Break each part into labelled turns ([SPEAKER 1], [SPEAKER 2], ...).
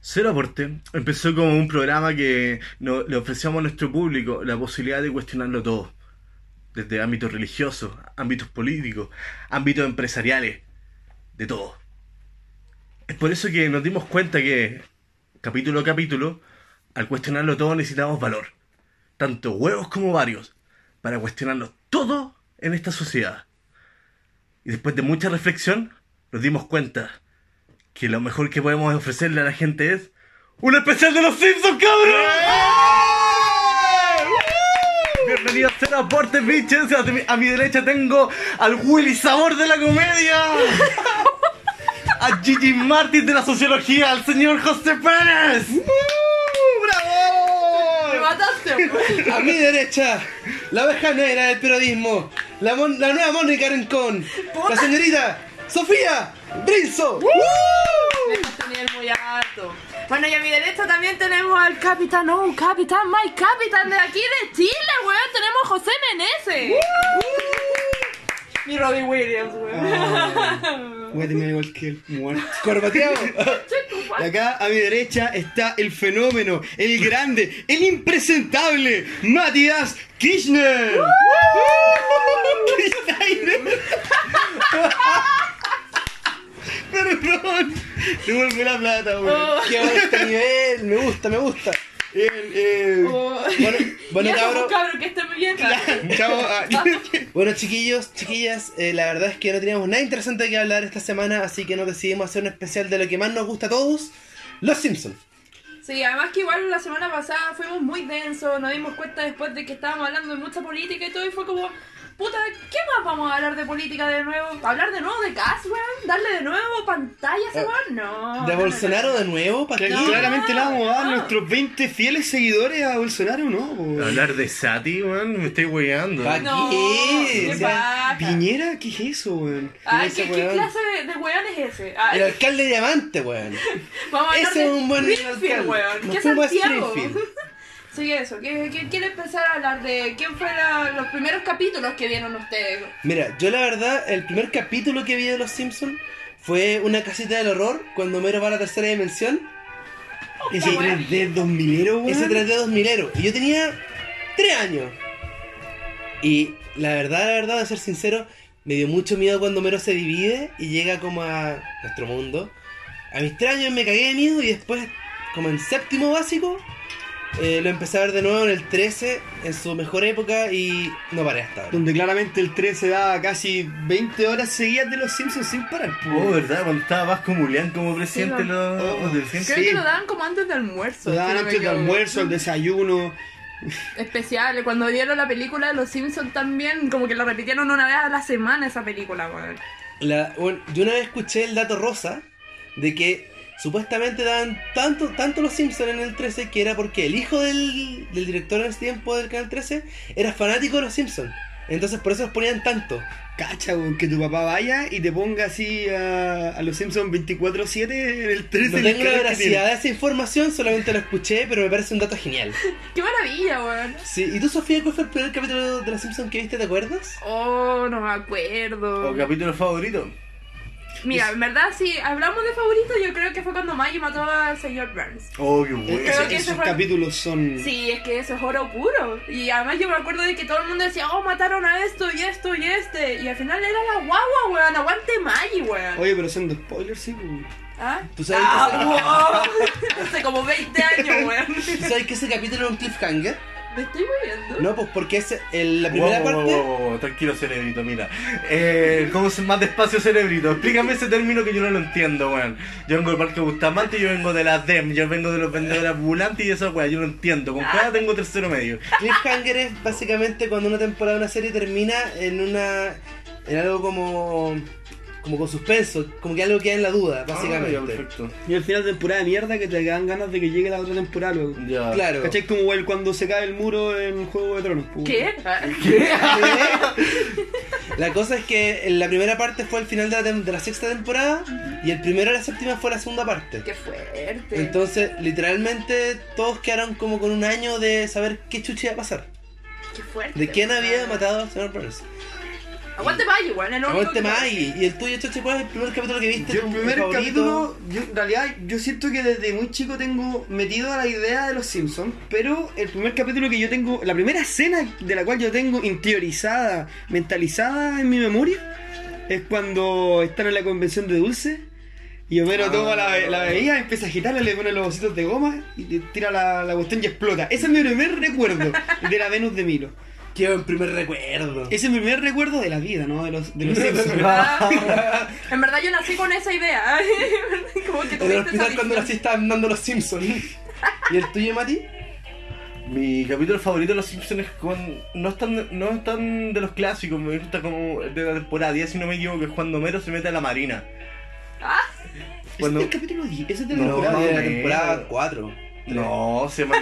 [SPEAKER 1] Cero aporte. Empezó como un programa que no- le ofrecíamos a nuestro público la posibilidad de cuestionarlo todo. Desde ámbitos religiosos, ámbitos políticos, ámbitos empresariales, de todo. Es por eso que nos dimos cuenta que, capítulo a capítulo, al cuestionarlo todo necesitamos valor. Tanto huevos como varios. Para cuestionarlo todo en esta sociedad. Y después de mucha reflexión, nos dimos cuenta que lo mejor que podemos ofrecerle a la gente es un especial de los Simpsons, cabrón. Bienvenidos a Cero Aportes, bitches. A mi, a mi derecha tengo al Willy Sabor de la comedia. A Gigi Martin de la sociología, al señor José Pérez.
[SPEAKER 2] ¡Bravo!
[SPEAKER 3] ¡Me mataste! pues.
[SPEAKER 2] A mi derecha, la oveja negra del periodismo, la, mon- la nueva Mónica Rincón, la señorita Sofía Brinzo.
[SPEAKER 3] Dejaste un nivel muy alto. Bueno, y a mi derecha también tenemos al capitán, no, un capitán, my capitán de aquí de Chile, weón. Tenemos a José Meneses. Mi Robbie Williams, weón.
[SPEAKER 2] Voy a tener igual que él, muerto. Corbateado. Y acá a mi derecha está el fenómeno, el grande, el impresentable, Matías Kirchner. Kirchner. Perdón. Devuelve la plata, güey.
[SPEAKER 3] Oh.
[SPEAKER 2] Qué bonito nivel. Me gusta, me gusta. Bien, eh.
[SPEAKER 3] Oh.
[SPEAKER 2] Bueno, bueno
[SPEAKER 3] Ya,
[SPEAKER 2] cabrón.
[SPEAKER 3] cabrón, pues, que esté muy bien.
[SPEAKER 2] Chao. Ah. bueno, chiquillos, chiquillas, eh, la verdad es que no teníamos nada interesante que hablar esta semana, así que nos decidimos hacer un especial de lo que más nos gusta a todos, Los Simpsons.
[SPEAKER 3] Sí, además que igual la semana pasada fuimos muy densos, nos dimos cuenta después de que estábamos hablando de mucha política y todo, y fue como, puta, ¿qué más vamos a hablar de política de nuevo? ¿Hablar de nuevo de Cass, weón? ¿Darle de nuevo pantalla a ese
[SPEAKER 2] Eh,
[SPEAKER 3] weón? No.
[SPEAKER 2] ¿De
[SPEAKER 3] no, no,
[SPEAKER 2] Bolsonaro
[SPEAKER 3] no.
[SPEAKER 2] de nuevo? ¿Para
[SPEAKER 4] Que
[SPEAKER 2] qué?
[SPEAKER 3] No.
[SPEAKER 4] claramente le vamos a dar
[SPEAKER 3] no.
[SPEAKER 4] nuestros 20 fieles seguidores a Bolsonaro, ¿no? Pues. po?
[SPEAKER 1] Hablar de Sati, weón, me estoy weyando.
[SPEAKER 2] Pa'
[SPEAKER 3] No,
[SPEAKER 2] qué?
[SPEAKER 3] qué
[SPEAKER 2] O sea,
[SPEAKER 3] paja.
[SPEAKER 4] ¿Piñera? ¿Qué es eso, weón?
[SPEAKER 3] Ay,
[SPEAKER 2] ese
[SPEAKER 3] Ah, ¿qué, qué
[SPEAKER 2] weón.
[SPEAKER 3] clase de, de weón es ese? Ah,
[SPEAKER 2] El alcalde diamante, weón.
[SPEAKER 3] vamos a hablar
[SPEAKER 2] Ese
[SPEAKER 3] de
[SPEAKER 2] es un buen
[SPEAKER 3] Springfield,
[SPEAKER 2] alcalde.
[SPEAKER 3] weón.
[SPEAKER 2] Nos
[SPEAKER 3] ¿Qué
[SPEAKER 2] fuimos a
[SPEAKER 3] Santiago?
[SPEAKER 2] Springfield.
[SPEAKER 3] Sí, eso. ¿Qué, qué, ¿Quiere empezar a hablar de quién fueron los primeros capítulos que vieron ustedes?
[SPEAKER 2] Mira, yo la verdad, el primer capítulo que vi de Los Simpsons fue una casita del horror cuando Homero va a la tercera dimensión.
[SPEAKER 4] Ese
[SPEAKER 3] la weá.
[SPEAKER 4] 3D 2000 weón.
[SPEAKER 2] Ese 3D 2000 Y yo tenía 3 años. Y la verdad, la verdad, de ser sincero, me dio mucho miedo cuando Mero se divide y llega como a nuestro mundo. A mis 3 años me cagué de miedo y después, como en séptimo básico, eh, lo empecé a ver de nuevo en el 13, en su mejor época y no paré hasta ahora.
[SPEAKER 4] Donde claramente el 3 se da casi 20 horas seguidas de los Simpsons sin parar, po.
[SPEAKER 1] Oh, ¿verdad? Cuando estaba Vasco Mulián como presidente
[SPEAKER 3] Sí,
[SPEAKER 1] de los...
[SPEAKER 4] oh,
[SPEAKER 1] del
[SPEAKER 3] Creo
[SPEAKER 1] Simpsons.
[SPEAKER 4] Sí.
[SPEAKER 3] que lo daban como antes de almuerzo.
[SPEAKER 4] Se
[SPEAKER 3] si
[SPEAKER 4] daban
[SPEAKER 3] no me
[SPEAKER 4] antes del
[SPEAKER 3] equivoco.
[SPEAKER 4] almuerzo, el desayuno.
[SPEAKER 3] Especial, cuando dieron la película de Los Simpsons también, como que la repitieron una vez a la semana esa película, weón.
[SPEAKER 2] La- bueno, yo una vez escuché el dato rosa de que supuestamente daban tanto, tanto los Simpsons en el 13 que era porque el hijo del, del director en ese tiempo del canal 13 era fanático de los Simpsons. Entonces por eso los ponían tanto.
[SPEAKER 4] Cacha, weón, que tu papá vaya y te ponga así a, a los Simpsons 24-7 en el 3
[SPEAKER 2] No tengo la veracidad de esa información, solamente lo escuché, pero me parece un dato genial.
[SPEAKER 3] ¡Qué maravilla, weón!
[SPEAKER 2] Sí, ¿y tú, Sofía, cuál fue el primer capítulo de los Simpsons que viste? ¿Te acuerdas?
[SPEAKER 3] Oh, no me
[SPEAKER 1] ¿O
[SPEAKER 3] acuerdo.
[SPEAKER 1] capítulo favorito?
[SPEAKER 3] Mira, en verdad, si hablamos de favoritos, yo creo que fue cuando Maggie mató al señor Burns.
[SPEAKER 1] Oh, qué bueno.
[SPEAKER 3] Creo
[SPEAKER 4] Esos,
[SPEAKER 3] que ese
[SPEAKER 4] esos
[SPEAKER 3] fue-
[SPEAKER 4] capítulos son.
[SPEAKER 3] Sí, es que eso es oro puro. Y además yo me acuerdo de que todo el mundo decía, oh, mataron a esto y esto y este. Y al final era la guagua, weón. Aguante Maggie, weón.
[SPEAKER 4] Oye, pero son de spoilers, sí, weón.
[SPEAKER 3] ¿Ah?
[SPEAKER 2] ¿Tú sabes,
[SPEAKER 3] Ah, wow. Hace como 20 años, weón.
[SPEAKER 2] que, ¿tú sabes que ese capítulo era un cliffhanger?
[SPEAKER 3] Me estoy moviendo.
[SPEAKER 2] No, pues porque es el- la primera
[SPEAKER 1] Wow, wow,
[SPEAKER 2] parte...
[SPEAKER 1] wow, wow, wow, Tranquilo, cerebrito, mira. Eh, ¿Cómo se más despacio, cerebrito? Explícame ese término que yo no lo entiendo, weón. Yo vengo del Parque Bustamante, yo vengo de la DEM, yo vengo de los vendedores ambulantes y esa weá, yo no entiendo. Con cada tengo tercero medio.
[SPEAKER 2] Cliffhanger es básicamente cuando una temporada de una serie termina en una. en algo como. como con suspenso, como que algo queda en la duda,
[SPEAKER 1] Ah, ya,
[SPEAKER 2] básicamente.
[SPEAKER 1] perfecto.
[SPEAKER 4] Y al final de temporada de mierda que te dan ganas de que llegue la otra temporada, luego.
[SPEAKER 1] Ya.
[SPEAKER 2] claro.
[SPEAKER 4] ¿Cachai? Como el cuando se cae el muro en Juego de Tronos. po.
[SPEAKER 3] ¿Qué? Ah.
[SPEAKER 2] La cosa es que en la primera parte fue el final de la, tem- de la sexta temporada y el primero de la séptima fue la segunda parte.
[SPEAKER 3] Qué fuerte.
[SPEAKER 2] Entonces, literalmente, todos quedaron como con un año de saber qué chucha iba a pasar.
[SPEAKER 3] qué fuerte. Ah.
[SPEAKER 2] ¿De quién había matado al señor Burns?
[SPEAKER 3] Aguante Maggie, weón. es lo único
[SPEAKER 2] Aguante
[SPEAKER 3] que-
[SPEAKER 2] más y, y el tuyo, Choche, ¿cuál es el primer capítulo que viste?
[SPEAKER 4] Yo
[SPEAKER 2] tu
[SPEAKER 4] el primer
[SPEAKER 2] favorito?
[SPEAKER 4] capítulo, yo en realidad yo siento que desde muy chico tengo metido a la idea de los Simpsons, pero el primer capítulo que yo tengo, la primera escena de la cual yo tengo interiorizada, mentalizada en mi memoria, es cuando están en la convención de dulce y Homero
[SPEAKER 2] Ah.
[SPEAKER 4] toma la, la bebida, empieza a agitarla, le pone los ositos de goma y te tira la, la cuestión y explota. Ese es mi primer recuerdo de la Venus de Milo.
[SPEAKER 2] Qué buen primer recuerdo.
[SPEAKER 4] Ese es mi primer recuerdo de la vida, ¿no? De los, de los Simpsons.
[SPEAKER 3] Ah, en verdad yo nací con esa idea. Como que
[SPEAKER 2] En el
[SPEAKER 3] tuviste esa
[SPEAKER 2] hospital cuando
[SPEAKER 3] visión.
[SPEAKER 2] nací estaban dando los Simpsons. ¿Y el tuyo, Mati?
[SPEAKER 1] Mi capítulo favorito de Los Simpsons es con... No es tan, no es tan de los clásicos, me gusta como de la temporada 10, si no me equivoco, es cuando Homero se mete a la marina.
[SPEAKER 3] Ah,
[SPEAKER 1] Cuando-
[SPEAKER 4] Ese es el capítulo 10, ese es de la
[SPEAKER 1] No,
[SPEAKER 4] temporada
[SPEAKER 1] no,
[SPEAKER 2] de la
[SPEAKER 1] no.
[SPEAKER 2] temporada 4.
[SPEAKER 1] No, se llama...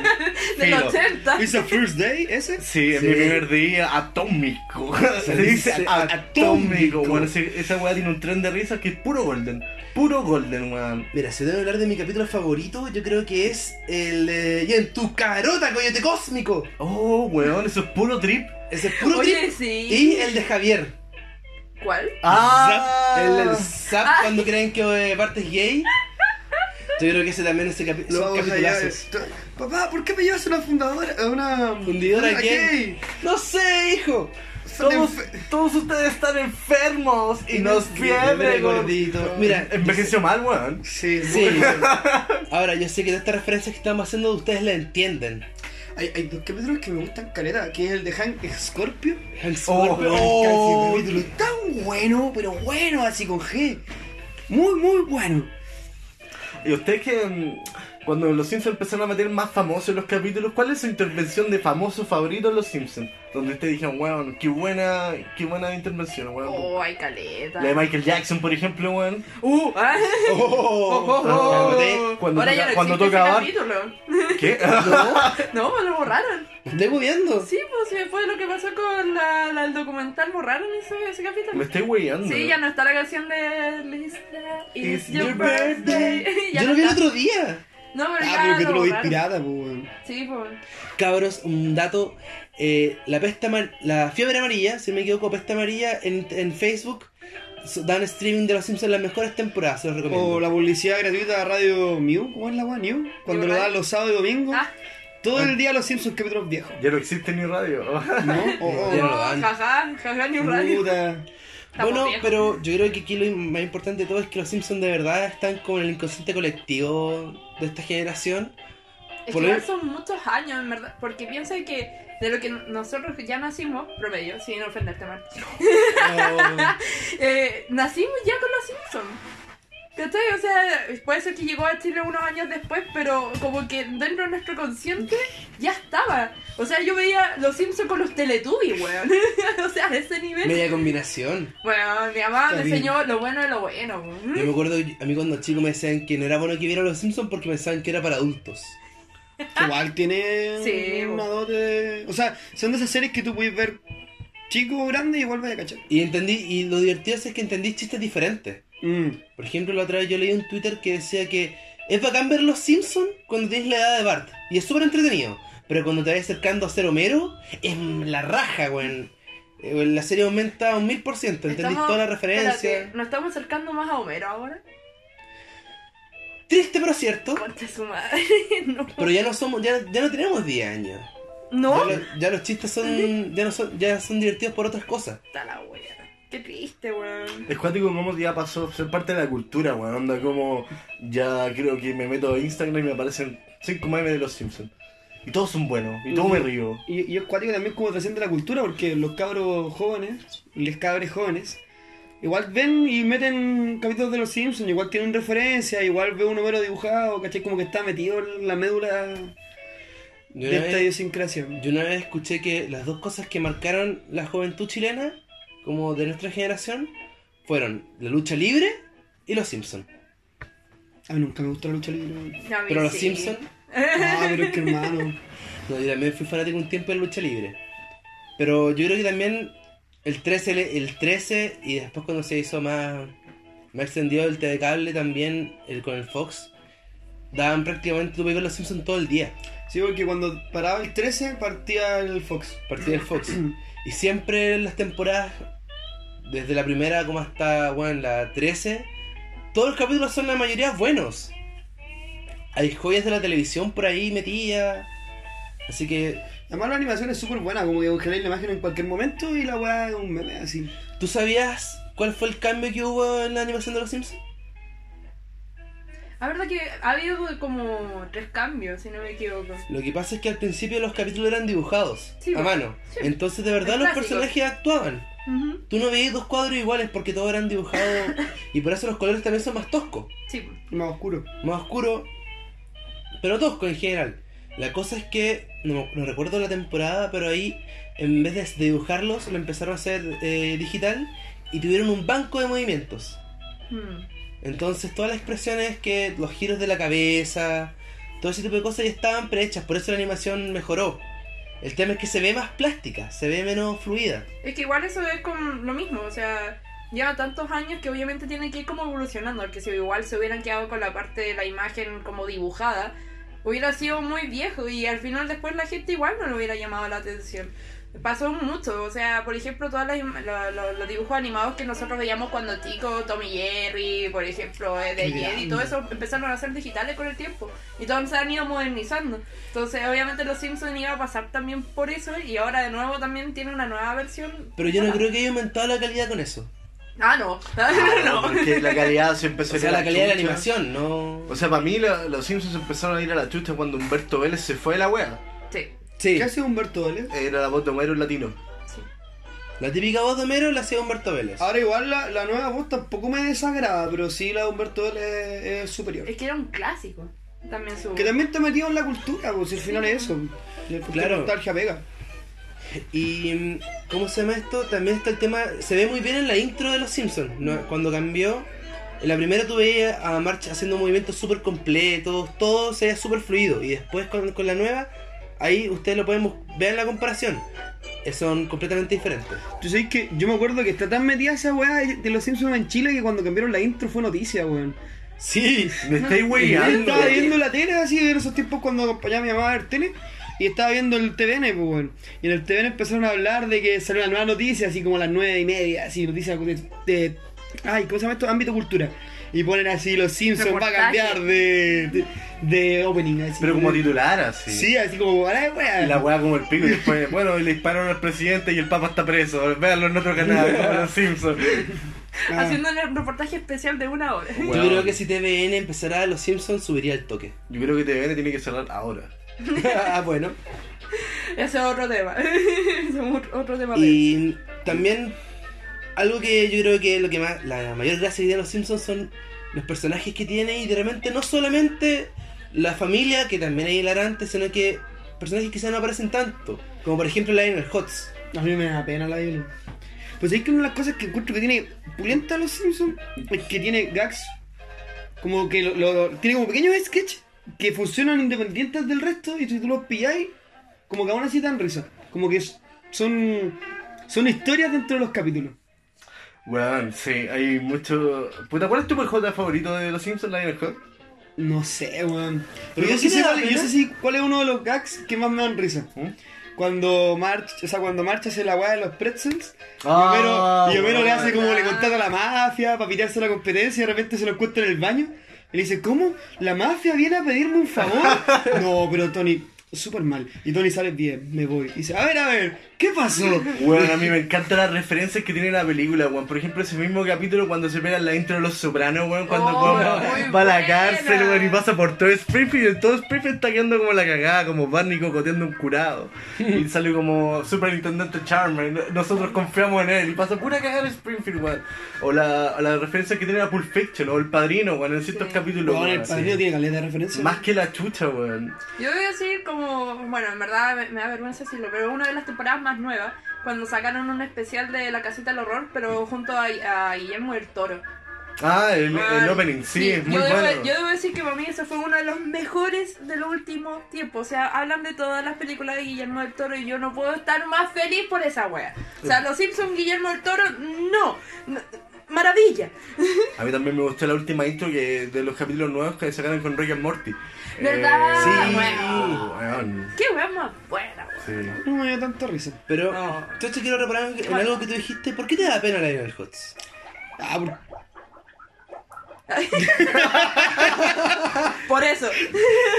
[SPEAKER 3] del
[SPEAKER 1] Filo.
[SPEAKER 3] 80.
[SPEAKER 4] ¿It's a first day ese?
[SPEAKER 1] Sí, es
[SPEAKER 2] Sí.
[SPEAKER 1] mi primer día atómico.
[SPEAKER 2] Se
[SPEAKER 1] Se,
[SPEAKER 2] dice
[SPEAKER 1] dice,
[SPEAKER 2] atómico.
[SPEAKER 1] atómico. weón. Ese- esa weá tiene un tren de risas que es puro golden. Puro golden, weón.
[SPEAKER 2] Mira, si debo hablar de mi capítulo favorito, yo creo que es el. eh, ya en tu carota, coyote cósmico.
[SPEAKER 1] Oh, weón, eso es puro trip.
[SPEAKER 2] Ese es puro
[SPEAKER 3] Oye,
[SPEAKER 2] trip.
[SPEAKER 3] sí.
[SPEAKER 2] Y el de Javier.
[SPEAKER 3] ¿Cuál?
[SPEAKER 1] Ah,
[SPEAKER 2] El del Zap cuando creen que eh, parte es gay. Yo creo que ese también es el capi-
[SPEAKER 4] Lo
[SPEAKER 2] son
[SPEAKER 4] vamos a llevar.
[SPEAKER 2] capitulazos.
[SPEAKER 4] Papá, ¿por qué me llevas a una fundadora? A una.
[SPEAKER 2] Fundidora
[SPEAKER 4] una
[SPEAKER 2] gay. No sé, hijo.
[SPEAKER 4] Son
[SPEAKER 1] todos,
[SPEAKER 4] enfe-
[SPEAKER 1] todos ustedes están enfermos y nos fiebre, weón.
[SPEAKER 2] gordito. Mira,
[SPEAKER 1] Envejeció mal, weón.
[SPEAKER 4] Sí,
[SPEAKER 2] Sí.
[SPEAKER 4] bueno.
[SPEAKER 2] Ahora, yo sé que de estas referencias que estamos haciendo, ustedes la entienden.
[SPEAKER 4] Hay, hay dos capítulos que me gustan caleta, que es el de Hank Scorpio.
[SPEAKER 2] Hank
[SPEAKER 1] Oh,
[SPEAKER 2] Scorpio.
[SPEAKER 1] oh.
[SPEAKER 4] Caleta, ese capítulo tan bueno, pero bueno, así con G. Muy, muy bueno.
[SPEAKER 1] Y ustedes que. mm, Cuando los Simpsons empezaron a meter más famosos en los capítulos, ¿cuál es su intervención de famoso favorito en los Simpsons? Donde ustedes dijeron, weón, qué buena, qué buena intervención, weón.
[SPEAKER 3] Oh, ay, caleta.
[SPEAKER 1] La de Michael Jackson, por ejemplo, weón.
[SPEAKER 3] Uh, ah.
[SPEAKER 2] Oh,
[SPEAKER 1] oh,
[SPEAKER 2] oh.
[SPEAKER 1] Cuando
[SPEAKER 3] Ahora
[SPEAKER 1] toca,
[SPEAKER 3] ya no
[SPEAKER 1] cuando
[SPEAKER 3] existe
[SPEAKER 1] toca
[SPEAKER 3] ese
[SPEAKER 1] bar.
[SPEAKER 3] capítulo.
[SPEAKER 1] ¿Qué?
[SPEAKER 3] No, pues lo borraron.
[SPEAKER 2] Estoy viendo.
[SPEAKER 3] Sí, pues sí, después de lo que pasó con la, la- el documental, borraron ese, ese capítulo.
[SPEAKER 1] Me estoy weyando.
[SPEAKER 3] Sí, ya no está la canción de Lisa, it's,
[SPEAKER 1] It's
[SPEAKER 3] your
[SPEAKER 1] your
[SPEAKER 3] birthday. Ya
[SPEAKER 2] Yo lo vi el
[SPEAKER 3] está.
[SPEAKER 2] otro día.
[SPEAKER 3] No, pero
[SPEAKER 4] Ah,
[SPEAKER 3] ya
[SPEAKER 4] pero que tú lo ves
[SPEAKER 3] borraron.
[SPEAKER 4] pirata, pues. weón.
[SPEAKER 3] Sí, pues.
[SPEAKER 2] Cabros, un dato. eh, la peste amar- la fiebre amarilla, si no me equivoco, peste amarilla en, en Facebook. so- Dan streaming de los Simpsons las mejores temporadas, se los recomiendo.
[SPEAKER 4] O la publicidad gratuita de Radio Mew, ¿cómo es la weá? Mew, cuando lo dan los sábados y domingos.
[SPEAKER 3] Ah.
[SPEAKER 4] Todo el día los Simpsons capítulos viejos.
[SPEAKER 1] Ya no existe ni radio.
[SPEAKER 4] ¿No? Oh,
[SPEAKER 2] Ya
[SPEAKER 4] oh.
[SPEAKER 2] no lo dan.
[SPEAKER 3] Jaja, jaja, ni un radio.
[SPEAKER 4] Puta.
[SPEAKER 3] Estamos
[SPEAKER 2] Bueno,
[SPEAKER 3] viejos.
[SPEAKER 2] pero yo creo que aquí lo im- más importante de todo es que los Simpsons de verdad están como en el inconsciente colectivo de esta generación.
[SPEAKER 3] Es
[SPEAKER 2] Por
[SPEAKER 3] que
[SPEAKER 2] el-
[SPEAKER 3] igual son muchos años, en verdad. Porque piensa que de lo que nosotros ya nacimos, promedio, sin ofenderte mal,
[SPEAKER 2] Oh,
[SPEAKER 3] eh, nacimos ya con los Simpsons. ¿Cachai? O sea, puede ser que llegó a Chile unos años después, pero como que dentro de nuestro consciente ya estaba. O sea, yo veía los Simpsons con los Teletubbies, weón. o sea, a ese nivel.
[SPEAKER 2] media combinación.
[SPEAKER 3] Bueno, mi mamá me
[SPEAKER 4] Está bien.
[SPEAKER 3] enseñó lo bueno de lo bueno. weón.
[SPEAKER 2] Yo me acuerdo, a mí cuando chico me decían que no era bueno que viera los Simpsons porque pensaban que era para adultos.
[SPEAKER 4] Que Igual tiene
[SPEAKER 3] Ah. Sí,
[SPEAKER 4] una
[SPEAKER 3] bo.
[SPEAKER 4] dote. de- O sea, son de esas series que tú puedes ver chico o grande y igual vas a cachar.
[SPEAKER 2] Y entendí, y lo divertido es que entendí chistes diferentes.
[SPEAKER 3] Mm.
[SPEAKER 2] Por ejemplo, la otra vez yo leí un Twitter que decía que es bacán ver los Simpsons cuando tienes la edad de Bart. Y es súper entretenido. Pero cuando te vas acercando a ser Homero, es la raja, weón. Eh, La serie aumenta un mil por ciento. Entendís
[SPEAKER 3] Estamos-
[SPEAKER 2] toda la referencia.
[SPEAKER 3] Espérate, nos estamos acercando más a Homero ahora.
[SPEAKER 2] Triste pero cierto.
[SPEAKER 3] Concha su madre. No.
[SPEAKER 2] Pero ya no somos, ya, ya no tenemos 10 años.
[SPEAKER 3] No.
[SPEAKER 2] Ya, lo- ya los chistes son ya, no son, ya son divertidos por otras cosas.
[SPEAKER 3] Está la wea. Qué triste, weón.
[SPEAKER 1] Es cuático como ya pasó a ser parte de la cultura, weón. Onda como ya creo que me meto a Instagram y me aparecen 5 memes de los Simpsons. Y todos son buenos, y todos me río.
[SPEAKER 4] Y, y es cuático también como trasciende la cultura porque los cabros jóvenes, los cabres jóvenes, igual ven y meten capítulos de los Simpsons, igual tienen referencia, igual ve un número dibujado, ¿cachai? Como que está metido en la médula
[SPEAKER 2] Yo
[SPEAKER 4] de
[SPEAKER 2] una,
[SPEAKER 4] esta
[SPEAKER 2] vez,
[SPEAKER 4] idiosincrasia.
[SPEAKER 2] yo una vez escuché que las dos cosas que marcaron la juventud chilena, como de nuestra generación, fueron la lucha libre y los Simpsons.
[SPEAKER 4] A mí nunca me gustó la lucha libre.
[SPEAKER 3] A mí
[SPEAKER 2] Pero los
[SPEAKER 3] sí.
[SPEAKER 2] Simpsons,
[SPEAKER 4] Ah, pero es que hermano.
[SPEAKER 2] no, yo también fui fanático un tiempo de lucha libre. Pero yo creo que también el 13, le- el 13 y después cuando se hizo más, más extendido el TV cable también el, con el Fox, daban prácticamente, tuve que ver los Simpsons todo el día,
[SPEAKER 4] Sí, porque cuando paraba el 13 partía el Fox.
[SPEAKER 2] a partir del Fox. Y siempre las temporadas desde la primera como hasta bueno, la 13, todos los capítulos son la mayoría buenos. Hay joyas de la televisión por ahí metidas. Así que
[SPEAKER 4] Además, la animación es súper buena, como que congeláis la imagen en cualquier momento y la weá es un meme así.
[SPEAKER 2] ¿Tú sabías cuál fue el cambio que hubo en la animación de los Simpsons?
[SPEAKER 3] La verdad que ha habido como tres cambios, si no me equivoco.
[SPEAKER 2] Lo que pasa es que al principio los capítulos eran dibujados
[SPEAKER 3] Sí,
[SPEAKER 2] a
[SPEAKER 3] bueno,
[SPEAKER 2] mano.
[SPEAKER 3] sí.
[SPEAKER 2] Entonces de verdad
[SPEAKER 3] Es
[SPEAKER 2] los
[SPEAKER 3] clásico.
[SPEAKER 2] personajes actuaban.
[SPEAKER 3] Ujú,
[SPEAKER 2] Tú no veías dos cuadros iguales porque todos eran dibujados y por eso los colores también son más toscos,
[SPEAKER 3] Sí, pues.
[SPEAKER 4] Y más oscuro.
[SPEAKER 2] más oscuros, pero toscos en general. La cosa es que, no, no recuerdo la temporada, pero ahí en vez de dibujarlos lo empezaron a hacer eh, digital y tuvieron un banco de movimientos.
[SPEAKER 3] Mm.
[SPEAKER 2] Entonces todas las expresiones que los giros de la cabeza, todo ese tipo de cosas ya estaban prehechas, por eso la animación mejoró. El tema es que se ve más plástica, se ve menos fluida.
[SPEAKER 3] Es que igual eso es como lo mismo, o sea, lleva tantos años que obviamente tienen que ir como evolucionando, porque si igual se hubieran quedado con la parte de la imagen como dibujada, hubiera sido muy viejo y al final después la gente igual no le hubiera llamado la atención. Pasó mucho, o sea, por ejemplo, todos los dibujos animados que nosotros veíamos cuando Tico, Tommy Jerry, por ejemplo, eh, de
[SPEAKER 4] Qué
[SPEAKER 3] Jedi y todo eso empezaron a ser digitales con el tiempo y todos se han ido modernizando. Entonces, obviamente, los Simpsons iba a pasar también por eso y ahora de nuevo también tiene una nueva versión.
[SPEAKER 2] Pero yo no
[SPEAKER 3] Ah.
[SPEAKER 2] creo que haya aumentado la calidad con eso.
[SPEAKER 3] Ah, no.
[SPEAKER 1] No, porque la calidad se empezó
[SPEAKER 2] O sea, la calidad de la
[SPEAKER 1] chucha.
[SPEAKER 2] animación, no...
[SPEAKER 1] O sea, para mí la- los Simpsons empezaron a ir a la chucha cuando Humberto Vélez se fue de la wea.
[SPEAKER 3] Sí,
[SPEAKER 2] Sí,
[SPEAKER 4] ¿Qué hace Humberto Vélez?
[SPEAKER 1] Era la voz de Homero en latino.
[SPEAKER 3] sí.
[SPEAKER 2] la típica voz de Homero la hacía Humberto Vélez.
[SPEAKER 4] Ahora igual la, la nueva voz tampoco me desagrada, pero sí la de Humberto Vélez es, es superior.
[SPEAKER 3] Es que era un clásico. También su.
[SPEAKER 4] Que también está metido en la cultura, pues si al final es eso. Y el
[SPEAKER 2] Claro.
[SPEAKER 4] claro. nostalgia pega.
[SPEAKER 2] Y mm, ¿cómo se llama esto? También está el tema, se ve muy bien en la intro de Los Simpsons, ¿no? cuando cambió. En la primera tú veías a March haciendo movimientos súper completos, todo se veía súper fluido. Y después con, con la nueva, ahí ustedes lo pueden bus- vean la comparación. Eh, Son completamente diferentes.
[SPEAKER 4] Tú sabes que yo me acuerdo que está tan metida esa weá de los Simpsons en Chile que cuando cambiaron la intro fue noticia, weón.
[SPEAKER 2] Sí.
[SPEAKER 1] Me estáis
[SPEAKER 4] Yo
[SPEAKER 1] weyando.
[SPEAKER 4] estaba viendo la tele así en esos tiempos cuando acompañaba a mi mamá a ver tele y estaba viendo el TVN, pues bueno. Y en el TVN empezaron a hablar de que salió una nueva noticia, así como a las nueve y media, así noticias de, de- ay, ¿cómo se llama esto? Ámbito cultura. Y ponen así los Simpsons va a
[SPEAKER 3] Reportaje.
[SPEAKER 4] cambiar de, de, de opening así.
[SPEAKER 1] Pero como
[SPEAKER 4] Sí,
[SPEAKER 1] titular, así.
[SPEAKER 4] Sí, así como a la wea.
[SPEAKER 1] Y la weá como el pico y después, bueno, y le dispararon al presidente y el papa está preso. Véanlo en otro canal, como los Simpsons.
[SPEAKER 4] Ah.
[SPEAKER 3] Haciendo un reportaje especial de una hora.
[SPEAKER 1] Bueno.
[SPEAKER 2] Yo creo que si TVN empezara Los Simpsons subiría el toque.
[SPEAKER 1] Yo creo que TVN tiene que cerrar ahora.
[SPEAKER 2] ah, bueno.
[SPEAKER 3] Ese es otro tema. Ese es otro- otro tema. de-
[SPEAKER 2] Y también algo que yo creo que lo que más la mayor gracia que tiene los Simpsons son los personajes que tiene y de repente no solamente la familia que también es hilarante, sino que personajes que quizás no aparecen tanto, como por ejemplo la Lionel Hotz.
[SPEAKER 4] A mí me da pena la Biblia. Pues es que una de las cosas que encuentro que tiene Pulenta los Simpsons es que tiene gags. Como que lo, lo- tiene como pequeños sketches que funcionan independientes del resto y si tú los pilláis, como que aún así dan risa. Como que s- son, son historias dentro de los capítulos.
[SPEAKER 1] Weón, sí, hay mucho. Puta, ¿cuál es tu PJ favorito de los Simpsons, Lionel Hot?
[SPEAKER 4] No sé, weón.
[SPEAKER 2] ¿Pero
[SPEAKER 4] Pero yo
[SPEAKER 2] por
[SPEAKER 4] sí,
[SPEAKER 2] qué
[SPEAKER 4] sé
[SPEAKER 2] te da
[SPEAKER 4] cuál, yo
[SPEAKER 2] pena?
[SPEAKER 4] sé sí cuál es uno de los gags que más me dan risa.
[SPEAKER 1] ¿Mm?
[SPEAKER 4] Cuando March, o sea, cuando March hace la weá de los pretzels
[SPEAKER 1] Ah,
[SPEAKER 4] y Homero, y Homero le
[SPEAKER 1] weón.
[SPEAKER 4] hace como le
[SPEAKER 3] ¿verdad?
[SPEAKER 4] contrata a la mafia para pitearse la competencia y de repente se lo encuentra en el baño. Y le dice, ¿cómo? ¿La mafia viene a pedirme un favor? no, pero Tony, súper mal. Y Tony sale bien, me voy. Y dice, a ver, a ver, ¿qué pasó?
[SPEAKER 1] Weón, a mí me encantan las referencias que tiene la película, weón. Por ejemplo, ese mismo capítulo cuando se pega la intro de Los Sopranos, weón. Cuando
[SPEAKER 3] Oh,
[SPEAKER 1] Homer
[SPEAKER 3] muy
[SPEAKER 1] va a la
[SPEAKER 3] buena.
[SPEAKER 1] cárcel, weón, y pasa por todo Springfield. Y todo Springfield está quedando como la cagada, como Barney cocoteando un curado. Y sale como Superintendente Charmer. Nosotros confiamos en él. Y pasa pura cagada en Springfield, weón. O la, o la referencia que tiene la Pulp Fiction o El Padrino, weón, en ciertos
[SPEAKER 3] Sí.
[SPEAKER 1] capítulos.
[SPEAKER 4] Weón, el
[SPEAKER 1] weón.
[SPEAKER 4] padrino tiene caleta de referencia.
[SPEAKER 1] Más que la chucha, weón.
[SPEAKER 3] Yo voy a decir como, bueno, en verdad me, me da vergüenza decirlo, pero una de las temporadas más nuevas, cuando sacaron un especial de La Casita del Horror, pero junto a, a Guillermo del Toro.
[SPEAKER 1] Ah, el, el
[SPEAKER 3] Ay,
[SPEAKER 1] opening, sí, es muy
[SPEAKER 3] yo debo,
[SPEAKER 1] bueno.
[SPEAKER 3] Yo debo decir que para mí ese fue uno de los mejores del último tiempo. O sea, hablan de todas las películas de Guillermo del Toro y yo no puedo estar más feliz por esa wea. O sea, los Simpsons, Guillermo del Toro, no. No, Maravilla.
[SPEAKER 1] A mí también me gustó la última intro que de los capítulos nuevos que sacaron con Rick and Morty. Eh,
[SPEAKER 3] ¿Verdad?
[SPEAKER 1] sí,
[SPEAKER 3] Bueno.
[SPEAKER 1] weón.
[SPEAKER 3] Qué wea más buena,
[SPEAKER 1] Sí.
[SPEAKER 4] No me dio tanta risa.
[SPEAKER 2] Pero
[SPEAKER 3] No.
[SPEAKER 2] yo te quiero reparar en algo que tú dijiste. ¿Por qué te da pena Lionel Hutz?
[SPEAKER 4] Ah, por-
[SPEAKER 3] Por eso.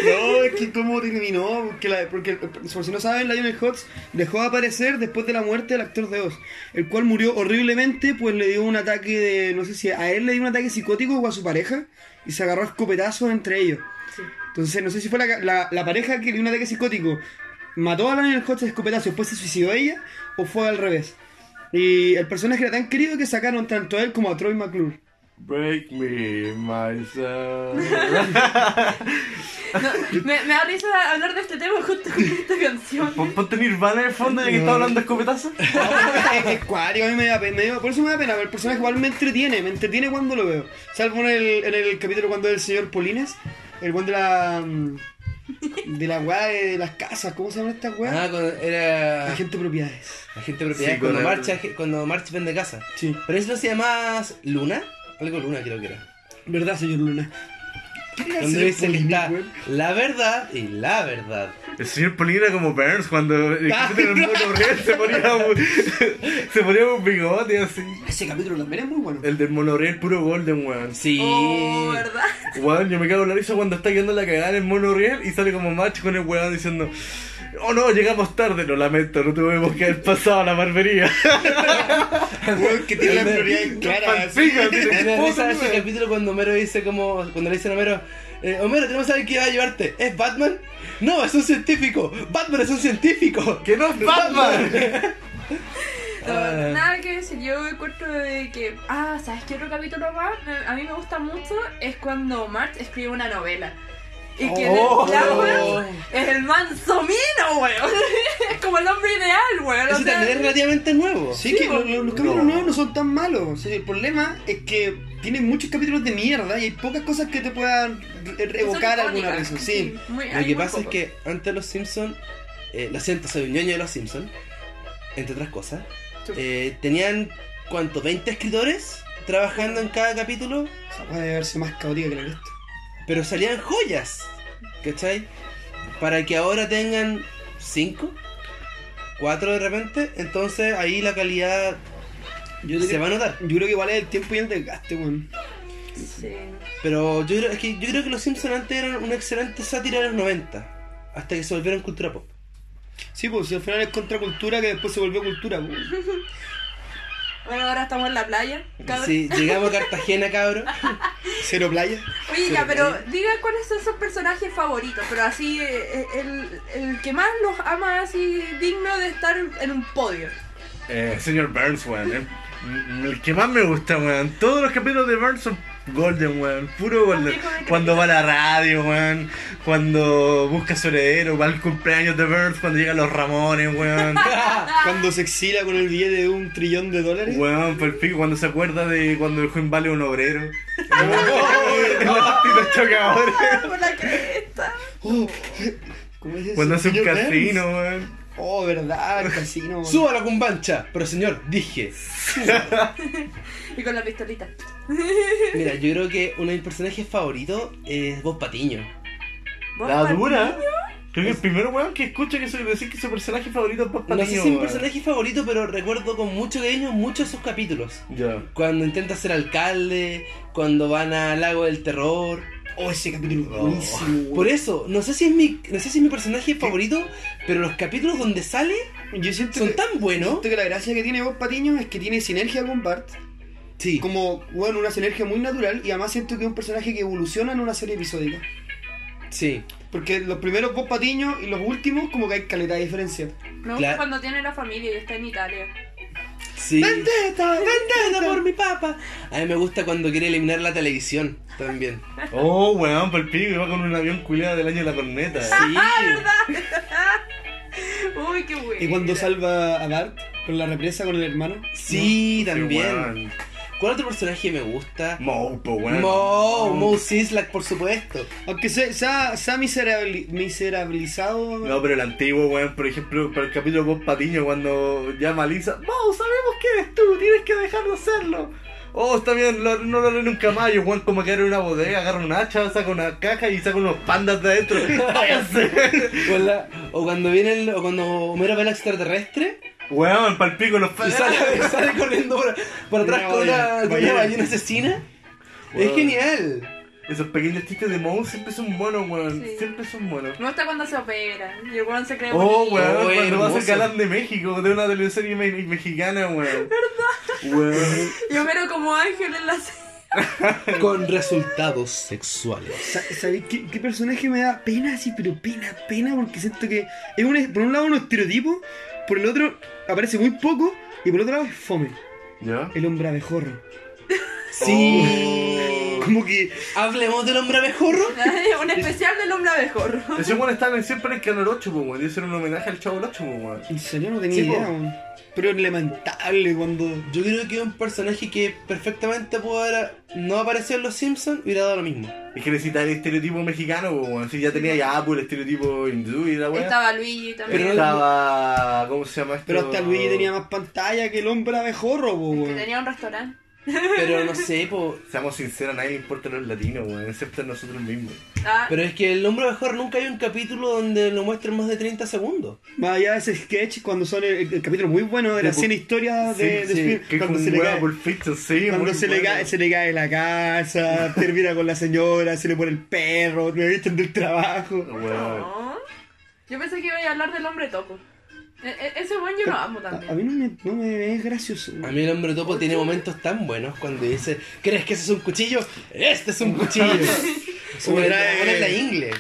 [SPEAKER 4] No, es que cómo terminó, porque, la- porque, por si no saben, Lionel Hutz dejó de aparecer después de la muerte del actor de Oz, el cual murió horriblemente, pues le dio un ataque de, no sé si a él le dio un ataque psicótico o a su pareja, y se agarró a escopetazos entre ellos.
[SPEAKER 3] Sí.
[SPEAKER 4] Entonces, no sé si fue la, la- la pareja que le dio un ataque psicótico, mató a Lionel Hutz a escopetazos, después se suicidó ella, o fue al revés. Y el personaje era tan querido que sacaron tanto a él como a Troy McClure.
[SPEAKER 1] Break me, myself.
[SPEAKER 3] No, me, me da risa hablar de este tema justo con esta canción.
[SPEAKER 1] Pon- Ponte Nirvana en el fondo ya que está hablando de escopetazo.
[SPEAKER 4] Es que es cuático, a mí me da pena, me dio- por eso me da pena, pero el personaje igual me entretiene, me entretiene cuando lo veo. Salvo en el, en el capítulo cuando el señor Polines, el buen de la. mm, de la weá de las casas, ¿cómo se llama esta weá?
[SPEAKER 2] Ah, cuando era
[SPEAKER 4] Agente de propiedades.
[SPEAKER 2] agente de propiedad.
[SPEAKER 1] Sí,
[SPEAKER 2] cuando,
[SPEAKER 1] con el-
[SPEAKER 2] marcha, cuando March vende casa.
[SPEAKER 4] Sí,
[SPEAKER 2] Pero eso se llama Luna. Algo Luna creo que era.
[SPEAKER 4] verdad, señor Luna. ¿Quién era el
[SPEAKER 2] Donde
[SPEAKER 4] señor
[SPEAKER 2] dice que
[SPEAKER 4] Polines,
[SPEAKER 2] está
[SPEAKER 4] weón?
[SPEAKER 2] la verdad y la verdad.
[SPEAKER 1] El señor Polina era como Burns cuando el
[SPEAKER 4] Ah,
[SPEAKER 1] capítulo del mono real se ponía un, se ponía un bigote así.
[SPEAKER 4] Ese capítulo también es muy bueno.
[SPEAKER 1] El del monorriel puro golden, weón.
[SPEAKER 2] Sí.
[SPEAKER 3] Oh, ¿verdad?
[SPEAKER 1] Weón, yo me cago en la risa cuando está quedando la cagada en el monorriel y sale como macho con el weón diciendo Oh no, llegamos tarde, lo lamento, no tuvimos que haber pasado a la barbería.
[SPEAKER 4] Weón, que tiene la prioridad clara. así.
[SPEAKER 1] Palpica, tiene
[SPEAKER 2] Me da
[SPEAKER 1] esposa,
[SPEAKER 2] risa ese
[SPEAKER 1] weón.
[SPEAKER 2] capítulo cuando Homero dice como. Cuando le dicen a Homero. eh, Homero, tenemos a alguien que va a ayudarte. ¿Es Batman? No, es un científico. Batman es un científico.
[SPEAKER 1] ¡Que no es Batman!
[SPEAKER 3] No,
[SPEAKER 2] Ah.
[SPEAKER 3] Nada que decir, yo encuentro de que. Ah, ¿sabes qué otro capítulo más? Me- A mí me gusta mucho es cuando Mart escribe una novela. Y que en
[SPEAKER 1] Oh.
[SPEAKER 3] el Flowers es el manso mino, weón. Es como el hombre ideal, weón. o
[SPEAKER 2] Ese
[SPEAKER 3] sea,
[SPEAKER 2] también es relativamente nuevo.
[SPEAKER 4] Sí, que
[SPEAKER 2] pues,
[SPEAKER 4] los, los capítulos
[SPEAKER 1] No.
[SPEAKER 4] nuevos no son tan malos. Sí, el problema es que tienen muchos capítulos de mierda y hay pocas cosas que te puedan re-
[SPEAKER 3] son
[SPEAKER 4] revocar alguna
[SPEAKER 3] icónicas.
[SPEAKER 4] razón. Sí.
[SPEAKER 3] muy-
[SPEAKER 2] Lo
[SPEAKER 3] hay
[SPEAKER 2] que
[SPEAKER 3] muy
[SPEAKER 2] pasa es
[SPEAKER 3] poco.
[SPEAKER 2] que antes los Simpsons, lo siento, soy un ñoño de los Simpsons, entre otras cosas,
[SPEAKER 3] Sí.
[SPEAKER 2] eh, tenían, ¿cuánto? ¿20 escritores trabajando en cada capítulo?
[SPEAKER 4] Esa weá debe verse más caótica que la cresta.
[SPEAKER 2] Pero salían joyas, ¿cachai? Para que ahora tengan 5, 4 de repente, entonces ahí la calidad
[SPEAKER 4] Yo,
[SPEAKER 2] se
[SPEAKER 4] creo-
[SPEAKER 2] va a notar.
[SPEAKER 4] yo creo que vale el tiempo y el desgaste, weón.
[SPEAKER 3] Sí.
[SPEAKER 2] Pero yo creo, es que yo creo que los Simpsons antes eran una excelente sátira de los 90, hasta que se volvieron cultura pop.
[SPEAKER 4] Sí, pues si al final es contracultura que después se volvió cultura, weón.
[SPEAKER 3] Bueno, ahora estamos en la playa, cabrón.
[SPEAKER 2] Sí, llegamos a Cartagena, cabros.
[SPEAKER 4] Cero playa.
[SPEAKER 3] Oye, ya, pero diga cuáles son sus personajes favoritos, pero así, eh, el, el que más los ama, así, digno de estar en un podio.
[SPEAKER 1] Eh, señor Burns, weón. eh. Mm, El que más me gusta, weón. Todos los capítulos de Burns son Golden, weón. Puro Golden.
[SPEAKER 3] También con el
[SPEAKER 1] Cuando va a la radio, weón. Cuando busca su heredero, va al cumpleaños de Burns, cuando llegan los Ramones, weón.
[SPEAKER 2] Ah,
[SPEAKER 4] Cuando se exila con el billete de un trillón de dólares.
[SPEAKER 1] Weón, por el pico, cuando se acuerda de cuando dejó en vale un obrero. En la tita chocadora.
[SPEAKER 3] Por la cresta.
[SPEAKER 4] Oh, ¿Cómo es eso?
[SPEAKER 1] Cuando hace un
[SPEAKER 4] señor
[SPEAKER 1] casino,
[SPEAKER 4] Burns?
[SPEAKER 1] weón.
[SPEAKER 4] Oh, verdad, el casino. weón.
[SPEAKER 2] Suba la cumbancha, pero señor, dije.
[SPEAKER 3] Y con la pistolita.
[SPEAKER 2] Mira, yo creo que uno de mis personajes favoritos es Bob Patiño.
[SPEAKER 3] ¿Vos,
[SPEAKER 1] La
[SPEAKER 3] Martín?
[SPEAKER 1] dura. Creo que el primer weón que escucha que soy decir que su personaje favorito es Bob
[SPEAKER 2] No sé
[SPEAKER 1] Patiño,
[SPEAKER 2] si es mi
[SPEAKER 1] weón.
[SPEAKER 2] personaje favorito, pero recuerdo con mucho cariño muchos de sus capítulos.
[SPEAKER 1] Ya.
[SPEAKER 2] Cuando intenta ser alcalde, cuando van al lago del terror.
[SPEAKER 4] Oh, ese capítulo es
[SPEAKER 1] Oh.
[SPEAKER 4] buenísimo. weón.
[SPEAKER 2] Por eso, no sé si es mi, no sé si es mi personaje favorito, pero los capítulos donde sale
[SPEAKER 4] Yo siento
[SPEAKER 2] son
[SPEAKER 4] que-
[SPEAKER 2] tan
[SPEAKER 4] Yo
[SPEAKER 2] buenos.
[SPEAKER 4] siento que la gracia que tiene Bob Patiño es que tiene sinergia con Bart.
[SPEAKER 2] Sí.
[SPEAKER 4] Como, bueno, una sinergia muy natural y además siento que es un personaje que evoluciona en una serie episódica.
[SPEAKER 2] Sí.
[SPEAKER 4] Porque los primeros Bob Patiño y los últimos como que hay caleta de diferencia.
[SPEAKER 3] Me gusta
[SPEAKER 2] Claro.
[SPEAKER 3] cuando tiene la familia y está en Italia.
[SPEAKER 2] Sí.
[SPEAKER 4] ¡Vendetta!
[SPEAKER 2] Nada
[SPEAKER 4] ¡Vendetta!
[SPEAKER 2] por mi papa. A mí me gusta cuando quiere eliminar la televisión también.
[SPEAKER 1] Oh, weón, por el pico, iba con un avión culiado del año de la corneta.
[SPEAKER 4] Ah,
[SPEAKER 2] Sí.
[SPEAKER 3] Uy, qué bueno.
[SPEAKER 4] Y cuando salva a Bart con la represa con el hermano.
[SPEAKER 2] Sí,
[SPEAKER 1] Sí,
[SPEAKER 2] también.
[SPEAKER 1] weón.
[SPEAKER 2] ¿Cuál otro personaje me gusta?
[SPEAKER 1] Mo, po, weón.
[SPEAKER 2] Mo, Mo Sislak, por supuesto.
[SPEAKER 4] Aunque se, se, ha, se ha miserabili- miserabilizado.
[SPEAKER 1] No, pero el antiguo, weón, por ejemplo, para el capítulo Bob Patiño, cuando llama a Lisa, Mo, sabemos que eres tú, tienes que dejarlo hacerlo. Oh, está bien, lo- no lo haré nunca más. Y Juan como que abre una bodega, agarra un hacha, saca una caja y saca unos pandas de adentro. ¡Váyanse!
[SPEAKER 2] Con la- o cuando viene el- o cuando Homero ve al extraterrestre
[SPEAKER 1] Weón, palpico los
[SPEAKER 2] y
[SPEAKER 1] pandas.
[SPEAKER 2] sale, sale corriendo por, por atrás
[SPEAKER 4] Una
[SPEAKER 2] con una,
[SPEAKER 4] ballena.
[SPEAKER 2] con una
[SPEAKER 1] Ballena.
[SPEAKER 2] ballena asesina. Es
[SPEAKER 1] Weón.
[SPEAKER 2] genial.
[SPEAKER 1] Esos pequeños chistes de Moe siempre son buenos, weón.
[SPEAKER 3] Sí.
[SPEAKER 1] Siempre son buenos.
[SPEAKER 3] Me gusta cuando se operan. Y el weón se cree
[SPEAKER 1] Oh,
[SPEAKER 3] bonito.
[SPEAKER 1] weón,
[SPEAKER 2] Oh,
[SPEAKER 1] cuando vas a
[SPEAKER 2] hermoso.
[SPEAKER 1] Galán de México, de una teleserie me- mexicana, weón. ¿Verdad? Weón.
[SPEAKER 3] Y Homero como ángel en la serie.
[SPEAKER 2] Con resultados sexuales.
[SPEAKER 4] Sa- ¿Sabéis qué, qué personaje me da pena? Sí, pero pena, pena, porque siento que es un, por un lado un estereotipo, por el otro aparece muy poco y por otro lado es fome.
[SPEAKER 1] ¿Ya?
[SPEAKER 4] El hombre abejorro.
[SPEAKER 1] Oh.
[SPEAKER 2] Sí.
[SPEAKER 4] Como que
[SPEAKER 2] Hablemos del hombre abejorro.
[SPEAKER 3] Un especial del hombre abejorro.
[SPEAKER 1] Ese weón estaba en- siempre en Canal 8, pues, weón. Y ese era un homenaje al Chavo del 8, pues, weón.
[SPEAKER 4] en serio no tenía
[SPEAKER 1] Sí,
[SPEAKER 4] idea,
[SPEAKER 1] po.
[SPEAKER 4] weón. Pero es lamentable cuando.
[SPEAKER 2] Yo creo que es un personaje que perfectamente pudo haber no aparecido en Los Simpsons y hubiera dado lo mismo.
[SPEAKER 1] Es que necesitaba el estereotipo mexicano, pues, weón. Si ya tenía ya Apu, el estereotipo hindú y la weón.
[SPEAKER 3] Estaba Luigi también.
[SPEAKER 1] Pero estaba. ¿Cómo se llama esto?
[SPEAKER 4] Pero hasta Luigi tenía más pantalla que el hombre abejorro, po,
[SPEAKER 3] Que
[SPEAKER 4] weón.
[SPEAKER 3] tenía un restaurante.
[SPEAKER 2] Pero no sé, po,
[SPEAKER 1] Seamos sinceros, a nadie le importan los latinos, weón. Excepto a nosotros mismos.
[SPEAKER 3] Ah,
[SPEAKER 2] pero es que el hombre abejorro nunca hay un capítulo donde lo muestren más de 30 segundos.
[SPEAKER 4] Más allá de ese sketch, cuando son el, el capítulo muy bueno de
[SPEAKER 1] De
[SPEAKER 4] las
[SPEAKER 1] po-
[SPEAKER 4] 100 historias Ah, de,
[SPEAKER 1] pues. Sí,
[SPEAKER 4] de
[SPEAKER 1] sí,
[SPEAKER 4] Spielberg,
[SPEAKER 1] que es
[SPEAKER 4] cuando
[SPEAKER 1] como
[SPEAKER 4] se
[SPEAKER 1] un
[SPEAKER 4] le
[SPEAKER 1] weón
[SPEAKER 4] cae.
[SPEAKER 1] perfecto, sí,
[SPEAKER 4] Cuando
[SPEAKER 1] muy
[SPEAKER 4] se le,
[SPEAKER 1] bueno.
[SPEAKER 4] cae, se le cae la casa, termina con la señora, se le pone el perro, le echan del trabajo.
[SPEAKER 1] Weón.
[SPEAKER 3] no. Yo pensé que iba a hablar del hombre topo. E- e- ese weón yo lo amo
[SPEAKER 4] A,
[SPEAKER 3] también.
[SPEAKER 4] a mí no me, no me es gracioso.
[SPEAKER 2] A mí el hombre topo tiene momentos tan buenos cuando dice, ¿crees que ese es un cuchillo? Este es un cuchillo.
[SPEAKER 4] Se
[SPEAKER 2] Como
[SPEAKER 4] me
[SPEAKER 2] el
[SPEAKER 4] trae-
[SPEAKER 2] dragón en la ingle.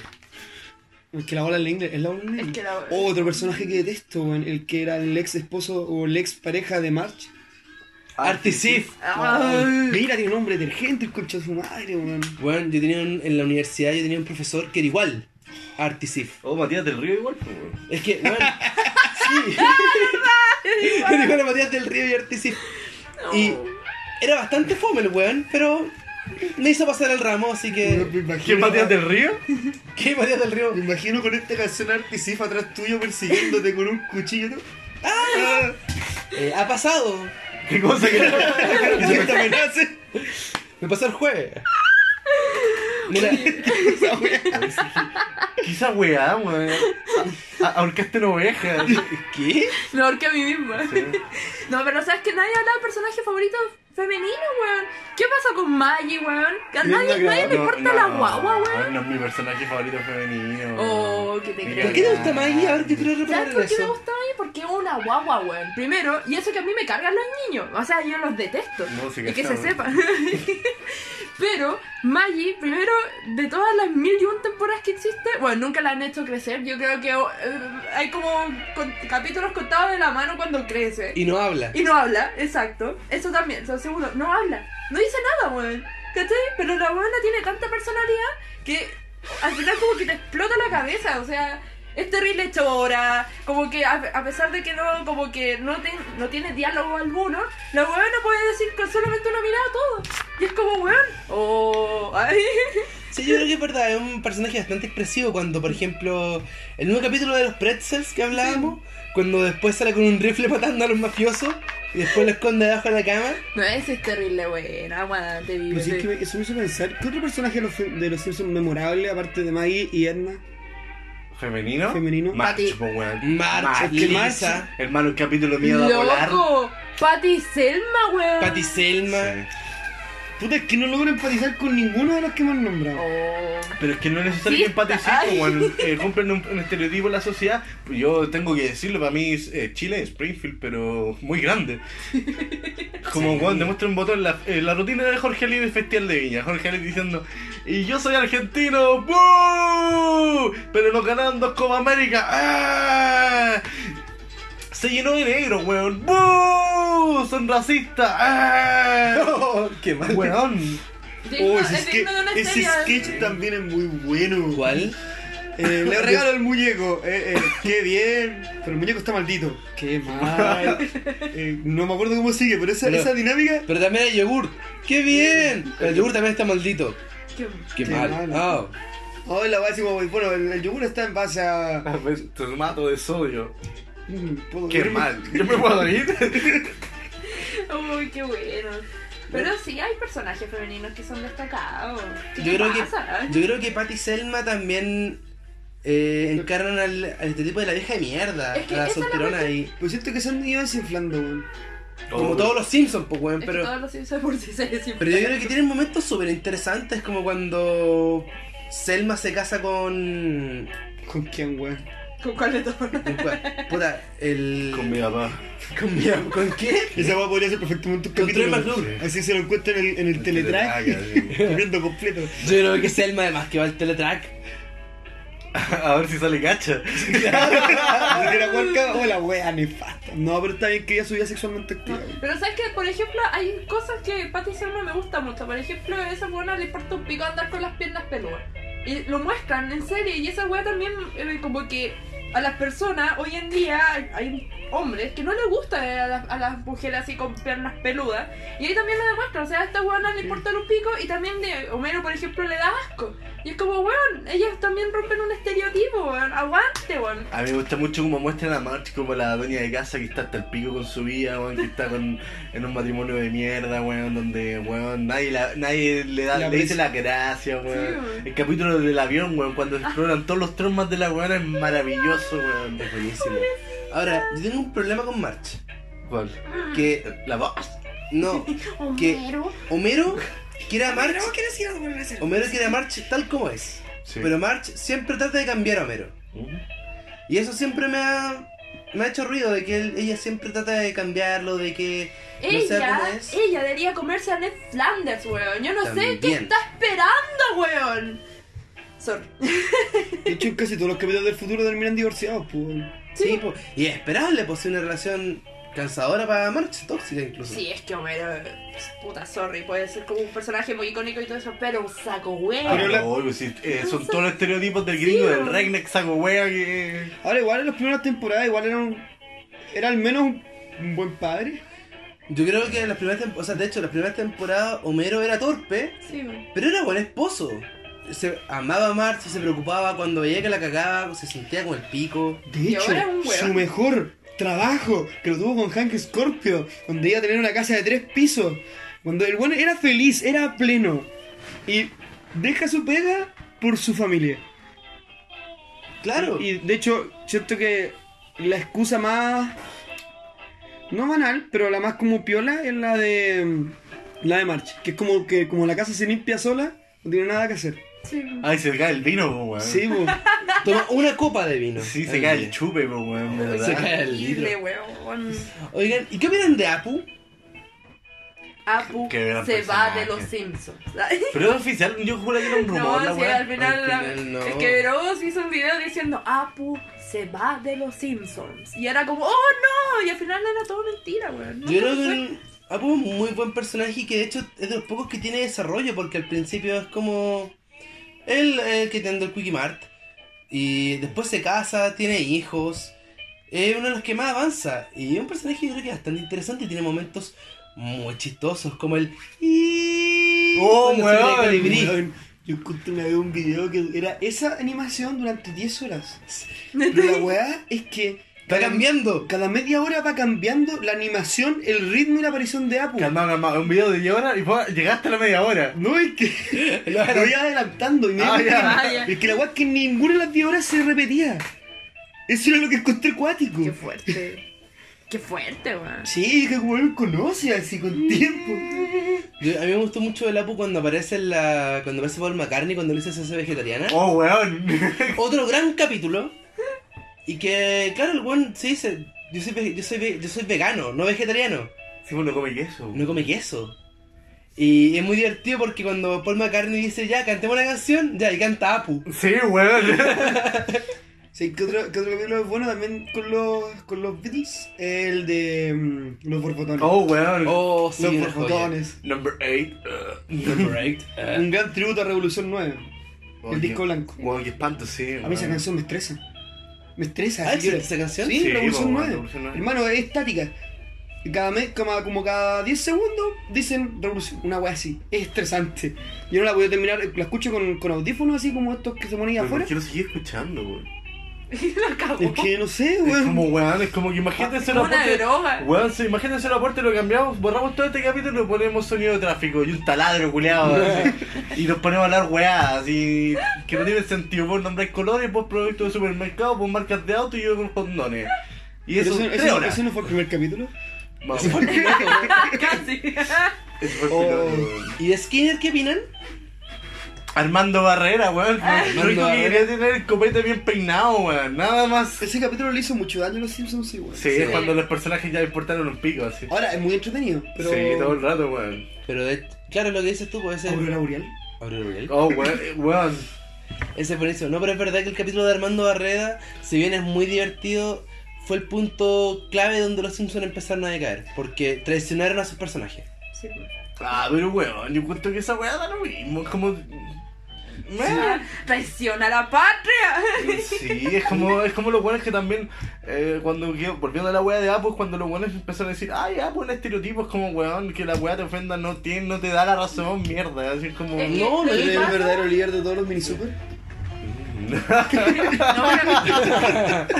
[SPEAKER 4] El que la bola en la inglés, es la bola en la
[SPEAKER 3] Es
[SPEAKER 4] ingle.
[SPEAKER 3] que la-
[SPEAKER 4] Oh, otro personaje que detesto, weón, el que era el ex esposo o el ex pareja de March.
[SPEAKER 2] Artisif.
[SPEAKER 3] Ay.
[SPEAKER 4] Mira, tiene un nombre detergente, el concha de su madre, weón.
[SPEAKER 2] Bueno, yo tenía un- en la universidad yo tenía un profesor que era igual. Artisif.
[SPEAKER 1] Oh, Matías del Río igual, pues, weón.
[SPEAKER 2] Es que, bueno, sí. Ah, Era igual a Matías del Río y Artisif. Y era bastante fome el weón, pero me hizo pasar el ramo, así que...
[SPEAKER 1] ¿Quién Matías del Río?
[SPEAKER 2] ¿Qué Matías del Río?
[SPEAKER 4] Me imagino con esta canción Artisif atrás tuyo persiguiéndote con un cuchillo.
[SPEAKER 2] Ah,
[SPEAKER 4] Ah.
[SPEAKER 2] Eh, ha pasado.
[SPEAKER 1] ¿Qué cosa que
[SPEAKER 4] Esta amenaza.
[SPEAKER 2] Me pasó el jueves. Mira,
[SPEAKER 1] Quizá weá, weón. A- Ahorcaste una oveja.
[SPEAKER 2] ¿qué?
[SPEAKER 3] Lo ahorqué a mí misma. No, pero sabes que nadie habla del personaje favorito femenino, weón. ¿Qué pasa con Maggie, weón? Que A
[SPEAKER 4] Linda
[SPEAKER 3] nadie, nadie le
[SPEAKER 1] No,
[SPEAKER 3] importa
[SPEAKER 1] no,
[SPEAKER 3] la guagua,
[SPEAKER 1] no,
[SPEAKER 3] weón.
[SPEAKER 1] No es mi personaje favorito femenino.
[SPEAKER 3] Oh, que te
[SPEAKER 1] Mira,
[SPEAKER 3] creo.
[SPEAKER 2] ¿Por qué te gusta Maggie? A ver, yo quiero
[SPEAKER 3] ¿Sabes
[SPEAKER 2] reparar en
[SPEAKER 3] por qué me
[SPEAKER 2] eso.
[SPEAKER 3] gusta Maggie? Porque es una guagua, weón. Primero, y eso que a mí me cargan los niños. O sea, yo los detesto.
[SPEAKER 1] No, sí que
[SPEAKER 3] y que
[SPEAKER 1] está,
[SPEAKER 3] se
[SPEAKER 1] weón.
[SPEAKER 3] sepa. Pero Maggie, primero, de todas las mil y un temporadas que existe, bueno, nunca la han hecho crecer. Yo creo que eh, hay como con- capítulos contados de la mano cuando crece.
[SPEAKER 2] Y no habla.
[SPEAKER 3] Y no habla, exacto. Eso también, eso seguro. No habla. No dice nada, weón. ¿Cachai? Pero la weona tiene tanta personalidad que al final como que te explota la cabeza. O sea, es terrible chora. Como que a, a pesar de que no, como que no, te- no tiene diálogo alguno, la weona puede decir con solamente una mirada todo. Y es como, weón. Oh, ay.
[SPEAKER 2] Sí, yo creo que es verdad, es un personaje bastante expresivo cuando, por ejemplo, el nuevo capítulo de los pretzels que hablábamos, cuando después sale con un rifle matando a los mafiosos y después lo esconde debajo de la cama.
[SPEAKER 3] No, esa es terrible, weón. Aguante,
[SPEAKER 4] Pero
[SPEAKER 3] vive.
[SPEAKER 4] sí, es que me- eso me hizo pensar, ¿qué otro personaje de los, fe- de los Simpsons memorable, aparte de Maggie y Edna?
[SPEAKER 1] ¿Femenino?
[SPEAKER 4] Femenino.
[SPEAKER 1] March,
[SPEAKER 3] Pati.
[SPEAKER 1] po, weón.
[SPEAKER 2] March,
[SPEAKER 1] March,
[SPEAKER 4] es que
[SPEAKER 2] Lisa,
[SPEAKER 1] Hermano, el capítulo miedo a volar.
[SPEAKER 3] Loco. Patty Selma, weón.
[SPEAKER 2] Patty Selma.
[SPEAKER 1] Sí.
[SPEAKER 4] Puta, es que no logro empatizar con ninguno de los que me han nombrado.
[SPEAKER 3] Oh.
[SPEAKER 1] Pero es que no es necesario
[SPEAKER 3] Sí,
[SPEAKER 1] que empaticen,
[SPEAKER 3] ay.
[SPEAKER 1] po, weón. Eh, cumplen un, un estereotipo en la sociedad. Pues Yo tengo que decirlo, para mí es, eh, Chile es Springfield, pero muy grande. Como weón, demuestra un botón en la, en la rutina de Jorge Ali del Festival de Viña. Jorge Ali diciendo, y yo soy argentino, ¡Bú! pero nos ganaron dos Copa América. ¡Ah! Se llenó de negro, weón. ¡Bú! Son racistas. ¡Ah!
[SPEAKER 2] Oh, ¡Qué mal!
[SPEAKER 1] Weón.
[SPEAKER 3] Digno-
[SPEAKER 4] Oh,
[SPEAKER 3] es digno de una
[SPEAKER 4] ese
[SPEAKER 3] serie.
[SPEAKER 4] sketch también es Oh. muy bueno.
[SPEAKER 2] ¿Cuál?
[SPEAKER 4] Eh, le regalo el muñeco. Eh, eh, qué bien. Pero el muñeco está maldito. Qué mal. Eh, no me acuerdo cómo sigue, pero esa,
[SPEAKER 2] Pero-
[SPEAKER 4] esa dinámica.
[SPEAKER 2] Pero también hay yogurt. ¡Qué bien! Pero el yogurt también está maldito.
[SPEAKER 3] Qué-
[SPEAKER 2] ¡Qué
[SPEAKER 4] Qué
[SPEAKER 2] mal!
[SPEAKER 4] mal.
[SPEAKER 2] Ah.
[SPEAKER 4] Oh, la base, bueno, el, el yogur está en base a.
[SPEAKER 1] Ah, pues, Tomato de sodio.
[SPEAKER 4] Mm, puedo
[SPEAKER 1] Qué
[SPEAKER 4] dormir.
[SPEAKER 1] mal. Yo me puedo ir.
[SPEAKER 3] Uy, qué bueno. Pero sí hay personajes femeninos que son destacados. ¿Qué
[SPEAKER 2] Yo
[SPEAKER 3] te
[SPEAKER 2] creo, que,
[SPEAKER 3] pasa?
[SPEAKER 2] yo creo que Patty y Selma también eh, encarnan al, al estereotipo de la vieja de mierda,
[SPEAKER 3] Es que
[SPEAKER 2] a la
[SPEAKER 3] esa es la
[SPEAKER 2] solterona y.
[SPEAKER 4] Pues siento que se han ido desinflando, weón.
[SPEAKER 1] Oh,
[SPEAKER 2] Como todos los Simpsons, pues, weón,
[SPEAKER 3] Es que
[SPEAKER 2] pero.
[SPEAKER 3] todos los Simpsons por sí se desinflan.
[SPEAKER 2] Pero yo creo que tienen momentos súper interesantes, como cuando Selma se casa con.
[SPEAKER 4] ¿Con quién, weón?
[SPEAKER 3] ¿Con cuál de todos?
[SPEAKER 2] ¿con cuál? Puta, el.
[SPEAKER 1] Con mi papá.
[SPEAKER 2] ¿Con, mi- ¿con qué?
[SPEAKER 4] Esa weá podría ser perfectamente un
[SPEAKER 2] Con
[SPEAKER 4] capítulo.
[SPEAKER 2] Troy McClure.
[SPEAKER 4] weón. Así se lo encuentra en el, en el teletrack.
[SPEAKER 1] Teletrack,
[SPEAKER 4] Corriendo completo.
[SPEAKER 2] Yo creo que Selma además que va al teletrack.
[SPEAKER 1] así. A ver si sale cacha.
[SPEAKER 4] Porque la huerca, oh la wea nefasta. No, pero está bien que ella subía sexualmente activa. weón.
[SPEAKER 3] Pero sabes que, por ejemplo, hay cosas que Patty Selma me gusta mucho. Por ejemplo, a esa buena le importa un pico andar con las piernas peludas. Y lo muestran en serie. Y esa weá también, eh, como que a las personas hoy en día, hay- hay hombres que no les gusta ver a las, a las mujeres así con piernas peludas. Y ahí también lo demuestran. O sea, a esta weona le importa un pico y también de Homero, por ejemplo, le da asco. Y es como, weón, ellas también rompen un estereotipo, weón. Aguante, weón.
[SPEAKER 1] A mí me gusta mucho cómo muestran a March como la dueña de casa que está hasta el pico con su vida, weón, que está con, en un matrimonio de mierda, weón, donde weón, nadie, la- nadie le, da,
[SPEAKER 4] La
[SPEAKER 1] le dice
[SPEAKER 4] aprecia.
[SPEAKER 1] la gracia, weón. Ah.
[SPEAKER 3] weón.
[SPEAKER 1] El capítulo del avión, weón, cuando exploran todos los traumas de la weón es maravilloso, weón.
[SPEAKER 2] Es buenísimo. Ahora, yo tengo un problema con March.
[SPEAKER 1] ¿Cuál?
[SPEAKER 2] Que.
[SPEAKER 1] La voz.
[SPEAKER 2] No, que. Homero quiere a March. Homero quiere a March tal como es.
[SPEAKER 1] Sí. ¿Mm?
[SPEAKER 2] Pero March siempre trata de cambiar a Homero. Y eso siempre me ha, me ha hecho ruido, de que él- ella siempre trata de cambiarlo, de que... No sé
[SPEAKER 3] Ella,
[SPEAKER 2] cómo es.
[SPEAKER 3] ella debería comerse a Ned Flanders, weón. Yo no sé qué
[SPEAKER 2] También.
[SPEAKER 3] está esperando, weón. Sorry.
[SPEAKER 4] De hecho, casi todos los capítulos del futuro terminan divorciados, pues. weón.
[SPEAKER 2] Sí,
[SPEAKER 3] Sí.
[SPEAKER 2] po, y es esperable, pues, una relación cansadora para March, tóxica incluso.
[SPEAKER 3] Sí, es que Homero, eh, puta, sorry, puede ser como un personaje muy icónico y todo eso, pero un saco
[SPEAKER 1] Ah,
[SPEAKER 3] weón.
[SPEAKER 4] Pero la-
[SPEAKER 1] no, pues sí, eh, son todos los estereotipos del gringo,
[SPEAKER 3] Sí,
[SPEAKER 1] del
[SPEAKER 3] weón.
[SPEAKER 1] redneck saco wea que...
[SPEAKER 4] Ahora, igual en las primeras temporadas, igual era un. Era al menos un- un buen padre.
[SPEAKER 2] Yo creo que en las primeras temporadas, o sea, de hecho, en las primeras temporadas Homero era torpe,
[SPEAKER 3] Sí, weón.
[SPEAKER 2] pero era buen esposo. Se amaba a March, se preocupaba, cuando veía que la cagaba, se sentía con el pico.
[SPEAKER 4] De
[SPEAKER 3] Y
[SPEAKER 4] hecho,
[SPEAKER 3] ahora es un weón.
[SPEAKER 4] su mejor trabajo que lo tuvo con Hank Scorpio, donde iba a tener una casa de tres pisos, cuando el bueno era feliz, era pleno, y deja su pega por su familia.
[SPEAKER 2] Claro.
[SPEAKER 4] Y de hecho, siento que la excusa más. No banal, pero la más como piola es la de. mm, La de March, que es como que como la casa se limpia sola, no tiene nada que hacer.
[SPEAKER 3] Sí, weón.
[SPEAKER 1] Ay, se cae el vino, po, weón.
[SPEAKER 4] Sí, bo.
[SPEAKER 2] Toma una copa de vino.
[SPEAKER 1] Sí, se
[SPEAKER 2] al
[SPEAKER 1] cae
[SPEAKER 2] día.
[SPEAKER 1] el chupe, po, weón, ¿verdad?
[SPEAKER 2] Se cae el
[SPEAKER 3] Horrible,
[SPEAKER 2] litro.
[SPEAKER 3] weón.
[SPEAKER 2] Oigan, ¿y qué opinan de Apu?
[SPEAKER 3] Apu
[SPEAKER 1] Qué gran
[SPEAKER 3] se va
[SPEAKER 1] personaje.
[SPEAKER 3] de los Simpsons.
[SPEAKER 1] Pero es oficial, yo juro que era un rumor, la
[SPEAKER 3] No, sí,
[SPEAKER 1] weá.
[SPEAKER 3] al final,
[SPEAKER 2] Al final no.
[SPEAKER 3] la- es que Dross hizo un video diciendo Apu se va de los Simpsons. Y era como, oh no, y al final era todo mentira, weón.
[SPEAKER 2] Yo creo
[SPEAKER 3] Nunca fue.
[SPEAKER 2] que Apu es un muy buen personaje y que de hecho es de los pocos que tiene desarrollo porque al principio es como el, el que tiene el Quickie Mart y después se casa, tiene hijos, es uno de los que más avanza y es un personaje yo creo que es bastante interesante y tiene momentos muy chistosos como el
[SPEAKER 1] Oh,
[SPEAKER 2] cuando se
[SPEAKER 1] weón,
[SPEAKER 2] cae el colibrí.
[SPEAKER 4] Weón, Yo encontré una vez un video que era esa animación durante 10 horas. Pero la weá es que.
[SPEAKER 2] Está cambiando.
[SPEAKER 4] Cada media hora va cambiando la animación, el ritmo y la aparición de Apu.
[SPEAKER 1] Calmado, calmado, un video de 10 horas y fue- llegaste a la media hora.
[SPEAKER 4] No, es que lo iba adelantando. Y me
[SPEAKER 1] Ah,
[SPEAKER 4] di
[SPEAKER 1] ya.
[SPEAKER 4] cuenta.
[SPEAKER 3] Ah, ya.
[SPEAKER 4] Es que la weá es que ninguna de las 10 horas se repetía. Eso era lo que encontré acuático.
[SPEAKER 3] Qué fuerte. Qué fuerte, weón.
[SPEAKER 4] Sí, que weón conoce así con tiempo.
[SPEAKER 2] Yo- a mí me gustó mucho el Apu cuando aparece en la cuando aparece Paul McCartney cuando Luisa se hace vegetariana.
[SPEAKER 1] Oh, weón.
[SPEAKER 2] otro gran capítulo. Y que, claro, el weón se dice, yo soy, ve- yo, soy ve- yo soy vegano, no vegetariano.
[SPEAKER 1] Si uno come queso.
[SPEAKER 2] No come queso. Y es muy divertido porque cuando Paul McCartney dice, ya, cantemos una canción, ya, y canta Apu.
[SPEAKER 1] Sí, weón.
[SPEAKER 4] Sí, que otro, que otro capítulo es bueno también con los, con los Beatles, el de mm, los borbotones.
[SPEAKER 1] Oh, weón.
[SPEAKER 2] Oh, sí,
[SPEAKER 4] los
[SPEAKER 2] una joya.
[SPEAKER 4] borbotones.
[SPEAKER 1] Number uh, 8.
[SPEAKER 2] Number eight. Eh,
[SPEAKER 4] Un gran tributo a Revolución 9.
[SPEAKER 1] Oh,
[SPEAKER 4] El disco blanco.
[SPEAKER 1] Weón, qué espanto, sí.
[SPEAKER 4] A mí esa
[SPEAKER 1] weón.
[SPEAKER 4] canción me estresa. Me estresa.
[SPEAKER 2] ¿Ah,
[SPEAKER 4] así que-
[SPEAKER 2] existe esa canción?
[SPEAKER 4] Sí,
[SPEAKER 1] Sí,
[SPEAKER 4] Revolución
[SPEAKER 1] po,
[SPEAKER 4] 9.
[SPEAKER 1] Revolución 9.
[SPEAKER 4] Hermano, es estática. Y Cada mes, como, como cada 10 segundos dicen Revolución. Una wea así. Es estresante. Yo no la voy a terminar. La escucho con, con audífonos así como estos que se ponen ahí
[SPEAKER 1] Pero ¿por
[SPEAKER 4] afuera.
[SPEAKER 1] qué lo seguí escuchando, weón?
[SPEAKER 3] Y lo acabó.
[SPEAKER 4] Es que no sé,
[SPEAKER 1] Es
[SPEAKER 4] weón.
[SPEAKER 1] como, weón, es como que imagínate ser
[SPEAKER 3] Como una
[SPEAKER 1] aporte.
[SPEAKER 3] droga.
[SPEAKER 1] Weón, sí, imagínate ser aporte, lo cambiamos, borramos todo este capítulo y ponemos sonido de tráfico y un taladro, culeado. y nos ponemos a hablar weadas y que no tienen sentido. Vos nombráis colores, vos productos de supermercado, vos marcas de auto y yo con condones. Y
[SPEAKER 4] Pero
[SPEAKER 1] eso,
[SPEAKER 4] eso,
[SPEAKER 1] tres
[SPEAKER 4] eso-
[SPEAKER 1] horas.
[SPEAKER 4] eso no fue el primer capítulo.
[SPEAKER 1] Más
[SPEAKER 4] Ese
[SPEAKER 1] o
[SPEAKER 4] fue el
[SPEAKER 1] menos.
[SPEAKER 4] piloto.
[SPEAKER 3] Casi.
[SPEAKER 1] Ese fue el
[SPEAKER 4] Oh.
[SPEAKER 1] piloto, weón.
[SPEAKER 2] ¿Y de Skinner qué opinan?
[SPEAKER 1] Armando Barrera, weón.
[SPEAKER 4] Ah, Armando
[SPEAKER 1] Lo único que
[SPEAKER 4] Barrera.
[SPEAKER 1] quería tener el copete bien peinado, weón. Nada más.
[SPEAKER 4] Ese capítulo le hizo mucho daño a los Simpsons, sí, weón.
[SPEAKER 1] Sí, es cuando los personajes ya importaron un pico, así.
[SPEAKER 4] Ahora, es muy entretenido, pero.
[SPEAKER 1] Sí, todo el rato, weón.
[SPEAKER 2] Pero de- claro, lo que dices tú puede ser.
[SPEAKER 4] Aurora Boreal.
[SPEAKER 2] Aurora Boreal.
[SPEAKER 1] Oh, weón, eh, weón.
[SPEAKER 2] Ese es buenísimo. No, pero es verdad que el capítulo de Armando Barreda, si bien es muy divertido, fue el punto clave donde los Simpsons empezaron a decaer. Porque traicionaron a sus personajes.
[SPEAKER 3] Sí, pues.
[SPEAKER 1] Ah, pero weón, yo cuento que esa weá da lo mismo. Es como.
[SPEAKER 3] Ah, Traiciona a la patria.
[SPEAKER 1] Sí, es como, es como los buenos que también, eh, cuando que- volviendo a la weá de Apple, cuando los buenos empezaron a decir, ay, Apple es estereotipo, es como weón, que la weá te ofenda, no, tiene, no te da la razón, mierda. Así es como.
[SPEAKER 3] Es que-
[SPEAKER 4] No, no
[SPEAKER 3] ¿Lo
[SPEAKER 4] es el
[SPEAKER 3] hizo?
[SPEAKER 4] verdadero líder de todos los mini super.
[SPEAKER 3] No, pero-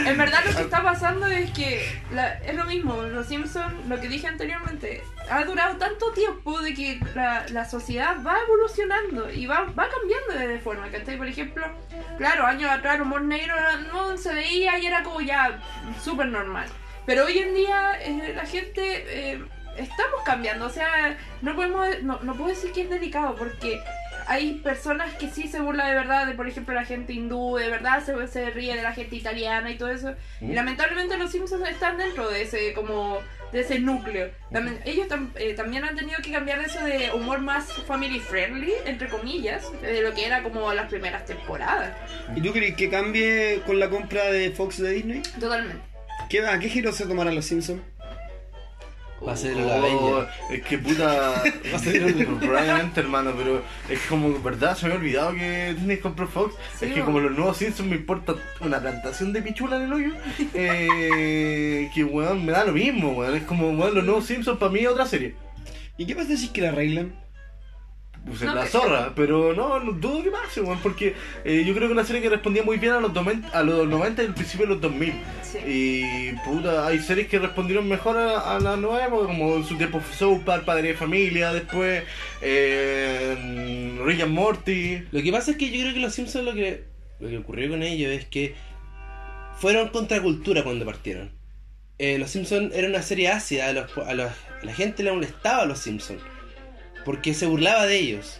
[SPEAKER 3] en verdad lo que está pasando es que la- es lo mismo, los Simpsons, lo que dije anteriormente, ha durado tanto tiempo de que la, la sociedad va evolucionando y va, va cambiando de forma, ¿cachai? Por ejemplo, claro, años atrás el humor negro no se veía y era como ya súper normal. Pero hoy en día eh, la gente eh, estamos cambiando, o sea, no podemos no, no puedo decir que es delicado porque hay personas que sí se burlan de verdad, de por ejemplo la gente hindú, de verdad se, se ríe de la gente italiana y todo eso. Y lamentablemente los Simpsons están dentro de ese como de ese núcleo. Lamen- ellos tam- eh, también han tenido que cambiar de eso de humor más family friendly, entre comillas, de lo que era como las primeras temporadas.
[SPEAKER 4] ¿Y tú crees que cambie con la compra de Fox de Disney?
[SPEAKER 3] Totalmente.
[SPEAKER 4] ¿Qué, ¿A qué giro se tomarán los Simpsons?
[SPEAKER 2] Va a ser
[SPEAKER 1] Oh,
[SPEAKER 2] la bella.
[SPEAKER 1] es que puta. Probablemente, hermano, pero es como, verdad, se me había olvidado que Disney compró Fox.
[SPEAKER 3] Sí,
[SPEAKER 1] es que
[SPEAKER 3] bo.
[SPEAKER 1] como los nuevos Simpsons me importa una plantación de pichula en el hoyo, eh, que weón, me da lo mismo, weón. Es como, weón, los nuevos Simpsons para mí es otra serie.
[SPEAKER 4] ¿Y qué pasa si es que la arreglan?
[SPEAKER 1] Pues
[SPEAKER 3] No,
[SPEAKER 1] la
[SPEAKER 3] que-
[SPEAKER 1] zorra, pero no, no dudo que pase, weón, porque eh, yo creo que una serie que respondía muy bien a los, 90 a los 90 y el principio de los 2000.
[SPEAKER 3] Sí.
[SPEAKER 1] Y puta, hay series que respondieron mejor a, a la nueva época, como en su tiempo South Park, Padre de Familia, después eh, Rick and Morty.
[SPEAKER 2] Lo que pasa es que yo creo que los Simpsons lo que, lo que ocurrió con ellos es que fueron contracultura cuando partieron. Eh, los Simpsons era una serie ácida, a, los- a los- a la gente le molestaba a los Simpsons. Porque se burlaba de ellos.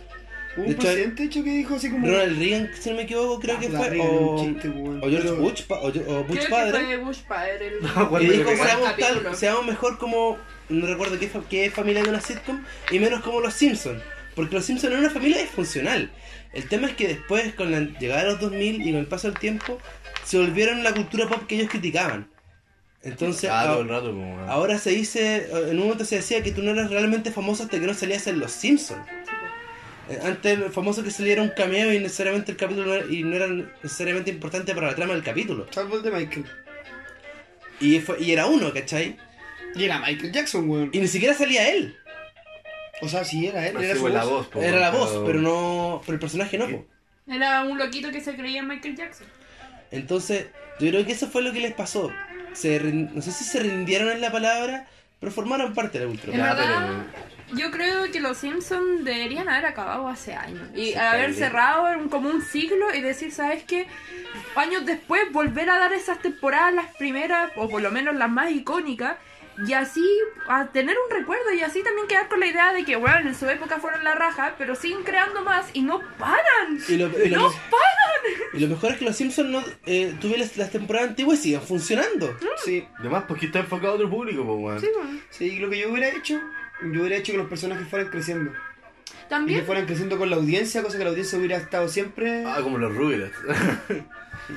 [SPEAKER 4] Hubo
[SPEAKER 2] De
[SPEAKER 4] un
[SPEAKER 2] hecho,
[SPEAKER 4] presidente hecho que dijo así como.
[SPEAKER 2] Ronald Reagan, si no me equivoco, creo
[SPEAKER 4] Ah,
[SPEAKER 2] que
[SPEAKER 4] la
[SPEAKER 2] fue.
[SPEAKER 4] arreglan,
[SPEAKER 2] O,
[SPEAKER 4] un chiste, weón.
[SPEAKER 2] o George
[SPEAKER 4] Pero-
[SPEAKER 2] Bush, pa- o, Ge- o Bush
[SPEAKER 3] Creo
[SPEAKER 2] padre.
[SPEAKER 3] que fue Bush padre. el-
[SPEAKER 1] Cuando
[SPEAKER 2] Y
[SPEAKER 1] le
[SPEAKER 2] dijo,
[SPEAKER 1] pegaron.
[SPEAKER 2] seamos
[SPEAKER 3] capítulo.
[SPEAKER 2] tal, seamos mejor como, no recuerdo qué, fa- qué familia de una sitcom, y menos como los Simpsons. Porque los Simpsons era una familia disfuncional. El tema es que después, con la llegada de los 2000 y con el paso del tiempo, se volvieron la cultura pop que ellos criticaban. Entonces,
[SPEAKER 1] Ah,
[SPEAKER 2] a-
[SPEAKER 1] todo el rato, como, weón.
[SPEAKER 2] ahora se dice, en un momento se decía que tú no eras realmente famoso hasta que no salías en los Simpsons. Eh, Antes el famoso que saliera un cameo y necesariamente el capítulo no era- y no era necesariamente importante para la trama del capítulo.
[SPEAKER 4] Salvo el de Michael.
[SPEAKER 2] Y, fue- y era uno, ¿cachai?
[SPEAKER 4] Y era Michael Jackson, weón.
[SPEAKER 2] Y ni siquiera salía él.
[SPEAKER 4] O sea, sí, era él,
[SPEAKER 1] Así
[SPEAKER 4] era su
[SPEAKER 1] fue la
[SPEAKER 4] voz.
[SPEAKER 1] voz, po,
[SPEAKER 2] Era la
[SPEAKER 1] weón,
[SPEAKER 2] voz, pero no. Pero el personaje no, po.
[SPEAKER 3] Era un loquito que se creía Michael Jackson.
[SPEAKER 2] Entonces, yo creo que eso fue lo que les pasó. Se rin- no sé si se rindieron en la palabra, pero formaron parte de la
[SPEAKER 3] En
[SPEAKER 2] cultura.
[SPEAKER 1] Ya,
[SPEAKER 3] verdad, yo creo que los Simpsons deberían haber acabado hace años. Y
[SPEAKER 2] Sí,
[SPEAKER 3] haber
[SPEAKER 2] tal vez.
[SPEAKER 3] cerrado en como un siglo y decir, ¿sabes qué? Años después volver a dar esas temporadas, las primeras, o por lo menos las más icónicas, y así a tener un recuerdo y así también quedar con la idea de que, bueno, en su época fueron la raja, pero siguen creando más y no paran.
[SPEAKER 2] Y lo, y lo-
[SPEAKER 3] ¡No
[SPEAKER 2] y lo mejor es que los Simpsons no, eh, tuve las, las temporadas antiguas y siguen funcionando.
[SPEAKER 4] Sí,
[SPEAKER 1] Además, porque está enfocado a otro público, po, weón.
[SPEAKER 3] Sí, bueno.
[SPEAKER 4] sí, lo que yo hubiera hecho, yo hubiera hecho que los personajes fueran creciendo. Y que
[SPEAKER 3] También
[SPEAKER 4] fueran creciendo con la audiencia, cosa que la audiencia hubiera estado siempre.
[SPEAKER 1] Ah, como los Rugrats.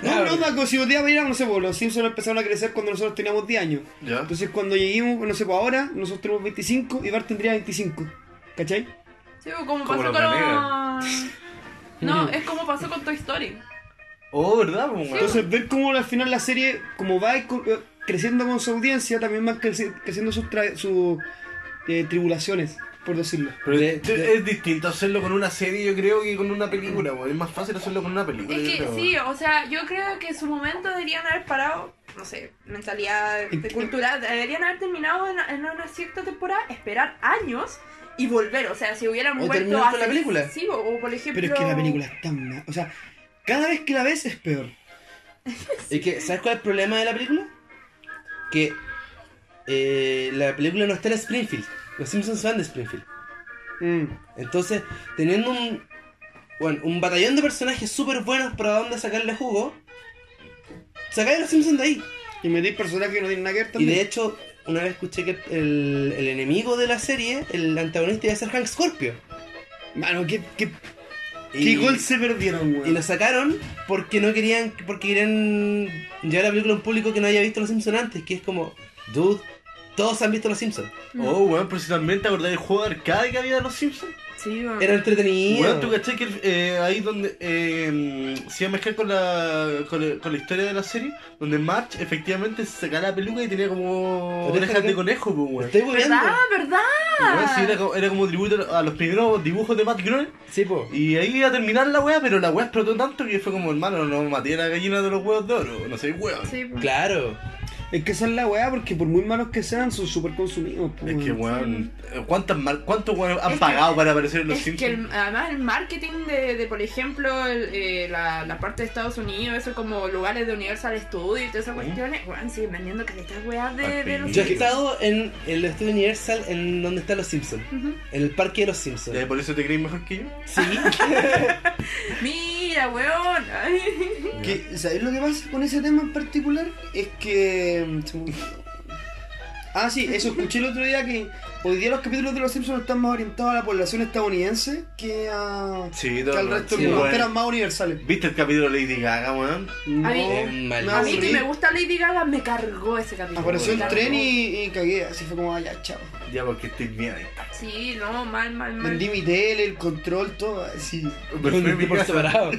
[SPEAKER 4] No, no, Paco, si un día veíamos, no sé, pues, los Simpsons empezaron a crecer cuando nosotros teníamos 10 años.
[SPEAKER 1] ¿Ya?
[SPEAKER 4] Entonces, cuando lleguemos, no sé, pues ahora, nosotros tenemos 25 y Bart tendría 25. ¿Cachai?
[SPEAKER 3] sí, bueno, como,
[SPEAKER 1] Como
[SPEAKER 3] pasó
[SPEAKER 1] la
[SPEAKER 3] con... No, es como pasó con Toy Story.
[SPEAKER 1] Oh, ¿verdad, po, weón?
[SPEAKER 4] Entonces, ver cómo al final la serie, como va y co- eh, creciendo con su audiencia, también van creci- creciendo sus, tra- sus eh, tribulaciones. por decirlo.
[SPEAKER 1] Pero
[SPEAKER 2] De-
[SPEAKER 1] es,
[SPEAKER 2] de-
[SPEAKER 1] es distinto hacerlo con una serie, yo creo, que con una película, weón. Es más fácil hacerlo con una película.
[SPEAKER 3] Es
[SPEAKER 1] yo
[SPEAKER 3] que
[SPEAKER 1] creo,
[SPEAKER 3] sí, o sea, yo creo que en su momento deberían haber parado, no sé, mentalidad de cultural, deberían haber terminado en, en una cierta temporada, esperar años y volver. O sea, si hubieran
[SPEAKER 2] O
[SPEAKER 3] vuelto
[SPEAKER 2] terminar con la película.
[SPEAKER 3] Sí, o, o por ejemplo.
[SPEAKER 4] Pero es que la película es tan mala. O sea, cada vez que la ves es peor.
[SPEAKER 2] Es que, ¿sabes cuál es el problema de la película? Que eh, la película no está en Springfield. Los Simpsons van de Springfield. Entonces, teniendo un, bueno, un batallón de personajes súper buenos para donde sacarle jugo, sacáis a los Simpsons de ahí.
[SPEAKER 4] Y metís personajes que no tienen nada que ver
[SPEAKER 2] Y
[SPEAKER 4] también.
[SPEAKER 2] de hecho, una vez escuché que el, el enemigo de la serie, el antagonista, iba a ser Hank Scorpio.
[SPEAKER 4] Mano, qué, qué,
[SPEAKER 2] Y-
[SPEAKER 4] qué gol se perdieron,
[SPEAKER 2] Y
[SPEAKER 4] weón.
[SPEAKER 2] lo sacaron porque no querían, porque querían llevar la película a un público que no haya visto Los Simpsons antes, que es como, dude, todos han visto Los Simpsons.
[SPEAKER 3] Mm.
[SPEAKER 1] Oh, weón, pero si también te acordás del juego de arcade que había de los Simpsons.
[SPEAKER 3] Sí, bueno.
[SPEAKER 2] Era entretenido.
[SPEAKER 1] Weón, tú cachai que eh, ahí donde eh, se iba a mezclar con la, con, la- con la historia de la serie, donde March efectivamente se sacaba la peluca y tenía como
[SPEAKER 2] Orejas
[SPEAKER 1] orejas
[SPEAKER 2] de-
[SPEAKER 1] de conejo, pues, weón.
[SPEAKER 2] Estoy
[SPEAKER 3] ¿Verdad?
[SPEAKER 2] volviendo.
[SPEAKER 3] ¿Verdad?
[SPEAKER 1] Y, weón, sí, era, como- era como tributo a los primeros dibujos de Matt Groening.
[SPEAKER 2] Sí, po.
[SPEAKER 1] Y ahí iba a terminar la weá, pero la weá explotó tanto que fue como, hermano, no maté a la gallina de los huevos de oro. No sé, weón.
[SPEAKER 3] Sí, pues.
[SPEAKER 2] Claro.
[SPEAKER 4] Es que esa es la weá, porque por muy malos que sean, son súper consumidos. po,
[SPEAKER 1] Es que,
[SPEAKER 4] weón.
[SPEAKER 1] weón, ¿cuántas mar- ¿cuántos weón han
[SPEAKER 3] Es que-
[SPEAKER 1] pagado para aparecer en los
[SPEAKER 3] Es que
[SPEAKER 1] Simpsons?
[SPEAKER 3] el- además el marketing de, de, por ejemplo, el- eh, la, la parte de Estados Unidos, eso como lugares de Universal Studios y todas esas
[SPEAKER 1] Ujú.
[SPEAKER 3] cuestiones, weón, sí, vendiendo caletas weas de,
[SPEAKER 1] Al
[SPEAKER 3] de los
[SPEAKER 1] fin.
[SPEAKER 2] Yo he
[SPEAKER 1] Sí.
[SPEAKER 2] estado en el estudio Universal en donde están los Simpsons.
[SPEAKER 3] Ujú.
[SPEAKER 2] En el parque de los
[SPEAKER 1] Ya,
[SPEAKER 2] Simpsons.
[SPEAKER 1] Eh, ¿Por eso te crees mejor que yo?
[SPEAKER 2] Sí.
[SPEAKER 3] Mira, weón. Ay.
[SPEAKER 4] Que, ¿Sabéis lo que pasa con ese tema en particular? Es que. mm, se me olvidó. Ah, sí, eso escuché el otro día que hoy día los capítulos de Los Simpsons están más orientados a la población estadounidense que a.
[SPEAKER 1] Sí,
[SPEAKER 4] que
[SPEAKER 1] todo
[SPEAKER 4] al resto
[SPEAKER 2] sí,
[SPEAKER 4] que
[SPEAKER 2] bueno.
[SPEAKER 4] eran más universales.
[SPEAKER 1] ¿Viste el capítulo de Lady Gaga, weón?
[SPEAKER 4] No,
[SPEAKER 3] mí-
[SPEAKER 2] Mal.
[SPEAKER 4] me
[SPEAKER 3] A mí que
[SPEAKER 4] aburrí.
[SPEAKER 3] me gusta Lady Gaga me cargó ese capítulo.
[SPEAKER 4] Apareció
[SPEAKER 3] Me
[SPEAKER 4] un
[SPEAKER 3] cargó.
[SPEAKER 4] tren y, y cagué, así fue como, ah, ya, chao.
[SPEAKER 1] Ya, porque estoy bien ahí.
[SPEAKER 3] Sí, no, mal, mal, mal.
[SPEAKER 4] Vendí mi tele, el control, todo, así.
[SPEAKER 1] Me fui a mi
[SPEAKER 2] Por
[SPEAKER 1] casa.
[SPEAKER 2] separado.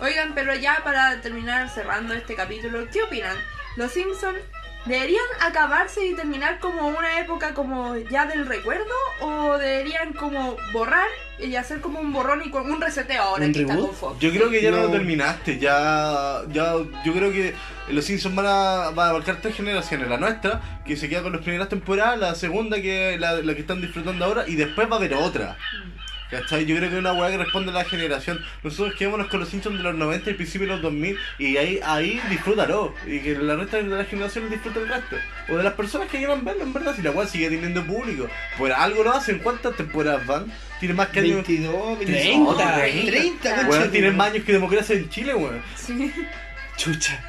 [SPEAKER 3] Oigan, pero ya para terminar cerrando este capítulo, ¿qué opinan? ¿Los Simpsons deberían acabarse y terminar como una época como ya del recuerdo? ¿O deberían como borrar y hacer como un borrón y con un reseteo ahora
[SPEAKER 2] ¿Un
[SPEAKER 3] que está
[SPEAKER 2] reboot?
[SPEAKER 3] con Fox?
[SPEAKER 1] Yo creo que ya no,
[SPEAKER 4] No.
[SPEAKER 1] lo terminaste, ya, ya. Yo creo que los Simpsons van a, van a abarcar tres generaciones: la nuestra, que se queda con las primeras temporadas, la segunda, que la, la que están disfrutando ahora, y después va a haber otra.
[SPEAKER 3] Mm.
[SPEAKER 1] ¿Cachai? Yo creo que es una weá que responde a la generación. Nosotros quedémonos con los Simpsons de los 90 y principios de los 2000 y ahí, ahí disfrútalo. Y que la resta de las generaciones disfrute el resto. O de las personas que quieran verlo, en verdad, si la weá sigue teniendo público. Por algo lo hacen. ¿Cuántas temporadas van? Tiene más que años.
[SPEAKER 4] 22, 25,
[SPEAKER 2] 30.
[SPEAKER 4] 30,
[SPEAKER 3] Weón,
[SPEAKER 1] Weón,
[SPEAKER 4] conchetumare.
[SPEAKER 1] tienen más años que democracia en Chile, weón.
[SPEAKER 3] Sí.
[SPEAKER 2] Chucha.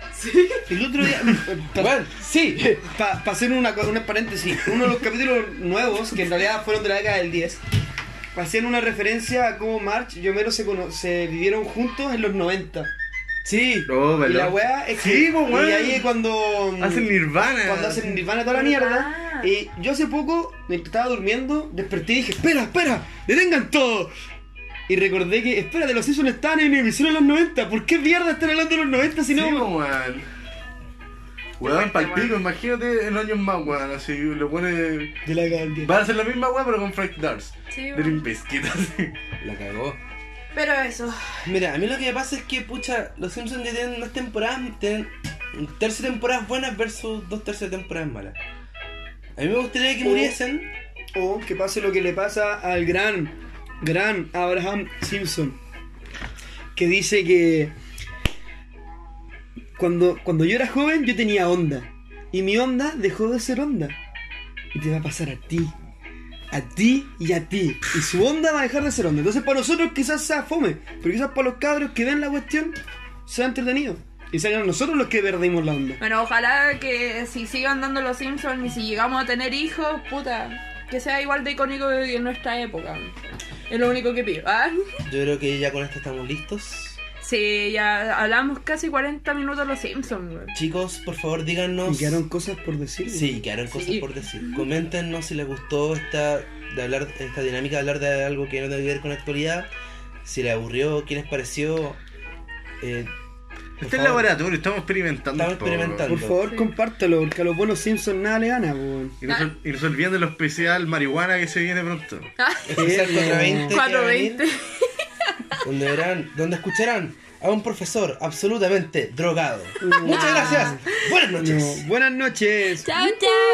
[SPEAKER 4] El otro día,
[SPEAKER 2] Bueno, sí.
[SPEAKER 4] para hacer una, co- una paréntesis, uno de los capítulos nuevos, que en realidad fueron de la década del 10, hacían una referencia a cómo March y Homero se, cono- se vivieron juntos en los 90.
[SPEAKER 2] Sí.
[SPEAKER 1] No,
[SPEAKER 4] Y la weá es que.
[SPEAKER 1] Sí, pues, weón.
[SPEAKER 4] y ahí es cuando. mm,
[SPEAKER 1] Hacen Nirvana.
[SPEAKER 4] cuando hacen Nirvana toda la mierda.
[SPEAKER 3] Ah.
[SPEAKER 4] Y yo hace poco, mientras estaba durmiendo, desperté y dije, espera, espera, detengan todo. Y recordé que, espérate, los Simpsons están en emisión en los 90. ¿Por qué mierda están hablando de los 90 si
[SPEAKER 1] Sí,
[SPEAKER 4] no?
[SPEAKER 1] pues, weón. Weón, palpito, imagínate en años más, weón. Así, lo pone.
[SPEAKER 4] de la gandía.
[SPEAKER 1] Van a hacer la misma weón, pero con Frank Dars.
[SPEAKER 3] Sí,
[SPEAKER 1] De
[SPEAKER 3] bueno.
[SPEAKER 1] Limpisquita, así.
[SPEAKER 2] La cagó.
[SPEAKER 3] Pero eso.
[SPEAKER 2] Mira, a mí lo que me pasa es que, pucha, los Simpsons ya tienen unas temporadas, tienen un tercio de temporadas buenas versus dos tercios de temporadas malas. A mí me gustaría que muriesen.
[SPEAKER 4] O que pase lo que le pasa al gran, gran Abraham Simpson. Que dice que cuando, cuando yo era joven yo tenía onda. Y mi onda dejó de ser onda. Y te va a pasar a ti. A ti y a ti. Y su onda va a dejar de ser onda. Entonces para nosotros quizás sea fome. Pero quizás para los cabros que ven la cuestión sea entretenido. Y sean nosotros los que perdimos la onda.
[SPEAKER 3] Bueno, ojalá que si sigan dando los Simpsons y si llegamos a tener hijos, puta, que sea igual de icónico que en nuestra época. Es lo único que pido. ¿ah?
[SPEAKER 2] Yo creo que ya con esto estamos listos.
[SPEAKER 3] Sí, ya hablamos casi 40 minutos los Simpsons, weón.
[SPEAKER 2] Chicos, por favor,
[SPEAKER 4] Y
[SPEAKER 2] díganos.
[SPEAKER 4] quedaron cosas por decir.
[SPEAKER 2] Sí, quedaron cosas
[SPEAKER 3] Sí.
[SPEAKER 2] por decir. Coméntenos si les gustó esta de hablar esta dinámica de hablar de algo que no tiene que ver con la actualidad. Si les aburrió, qué les pareció. Eh,
[SPEAKER 1] Este es el
[SPEAKER 2] favor.
[SPEAKER 1] laboratorio, estamos experimentando.
[SPEAKER 2] Estamos
[SPEAKER 1] un poco.
[SPEAKER 2] experimentando.
[SPEAKER 4] Por favor, compártalo, porque a los buenos Simpsons nada le gana, weón.
[SPEAKER 1] Y no, se, y no se olviden de lo especial marihuana que se viene pronto.
[SPEAKER 2] Especial 420.
[SPEAKER 4] Sí,
[SPEAKER 2] que va a venir,
[SPEAKER 3] 420.
[SPEAKER 2] Donde verán, donde escucharán a un profesor absolutamente drogado. Muchas gracias. Buenas
[SPEAKER 4] No,
[SPEAKER 2] noches.
[SPEAKER 4] buenas noches.
[SPEAKER 3] Chao, chao.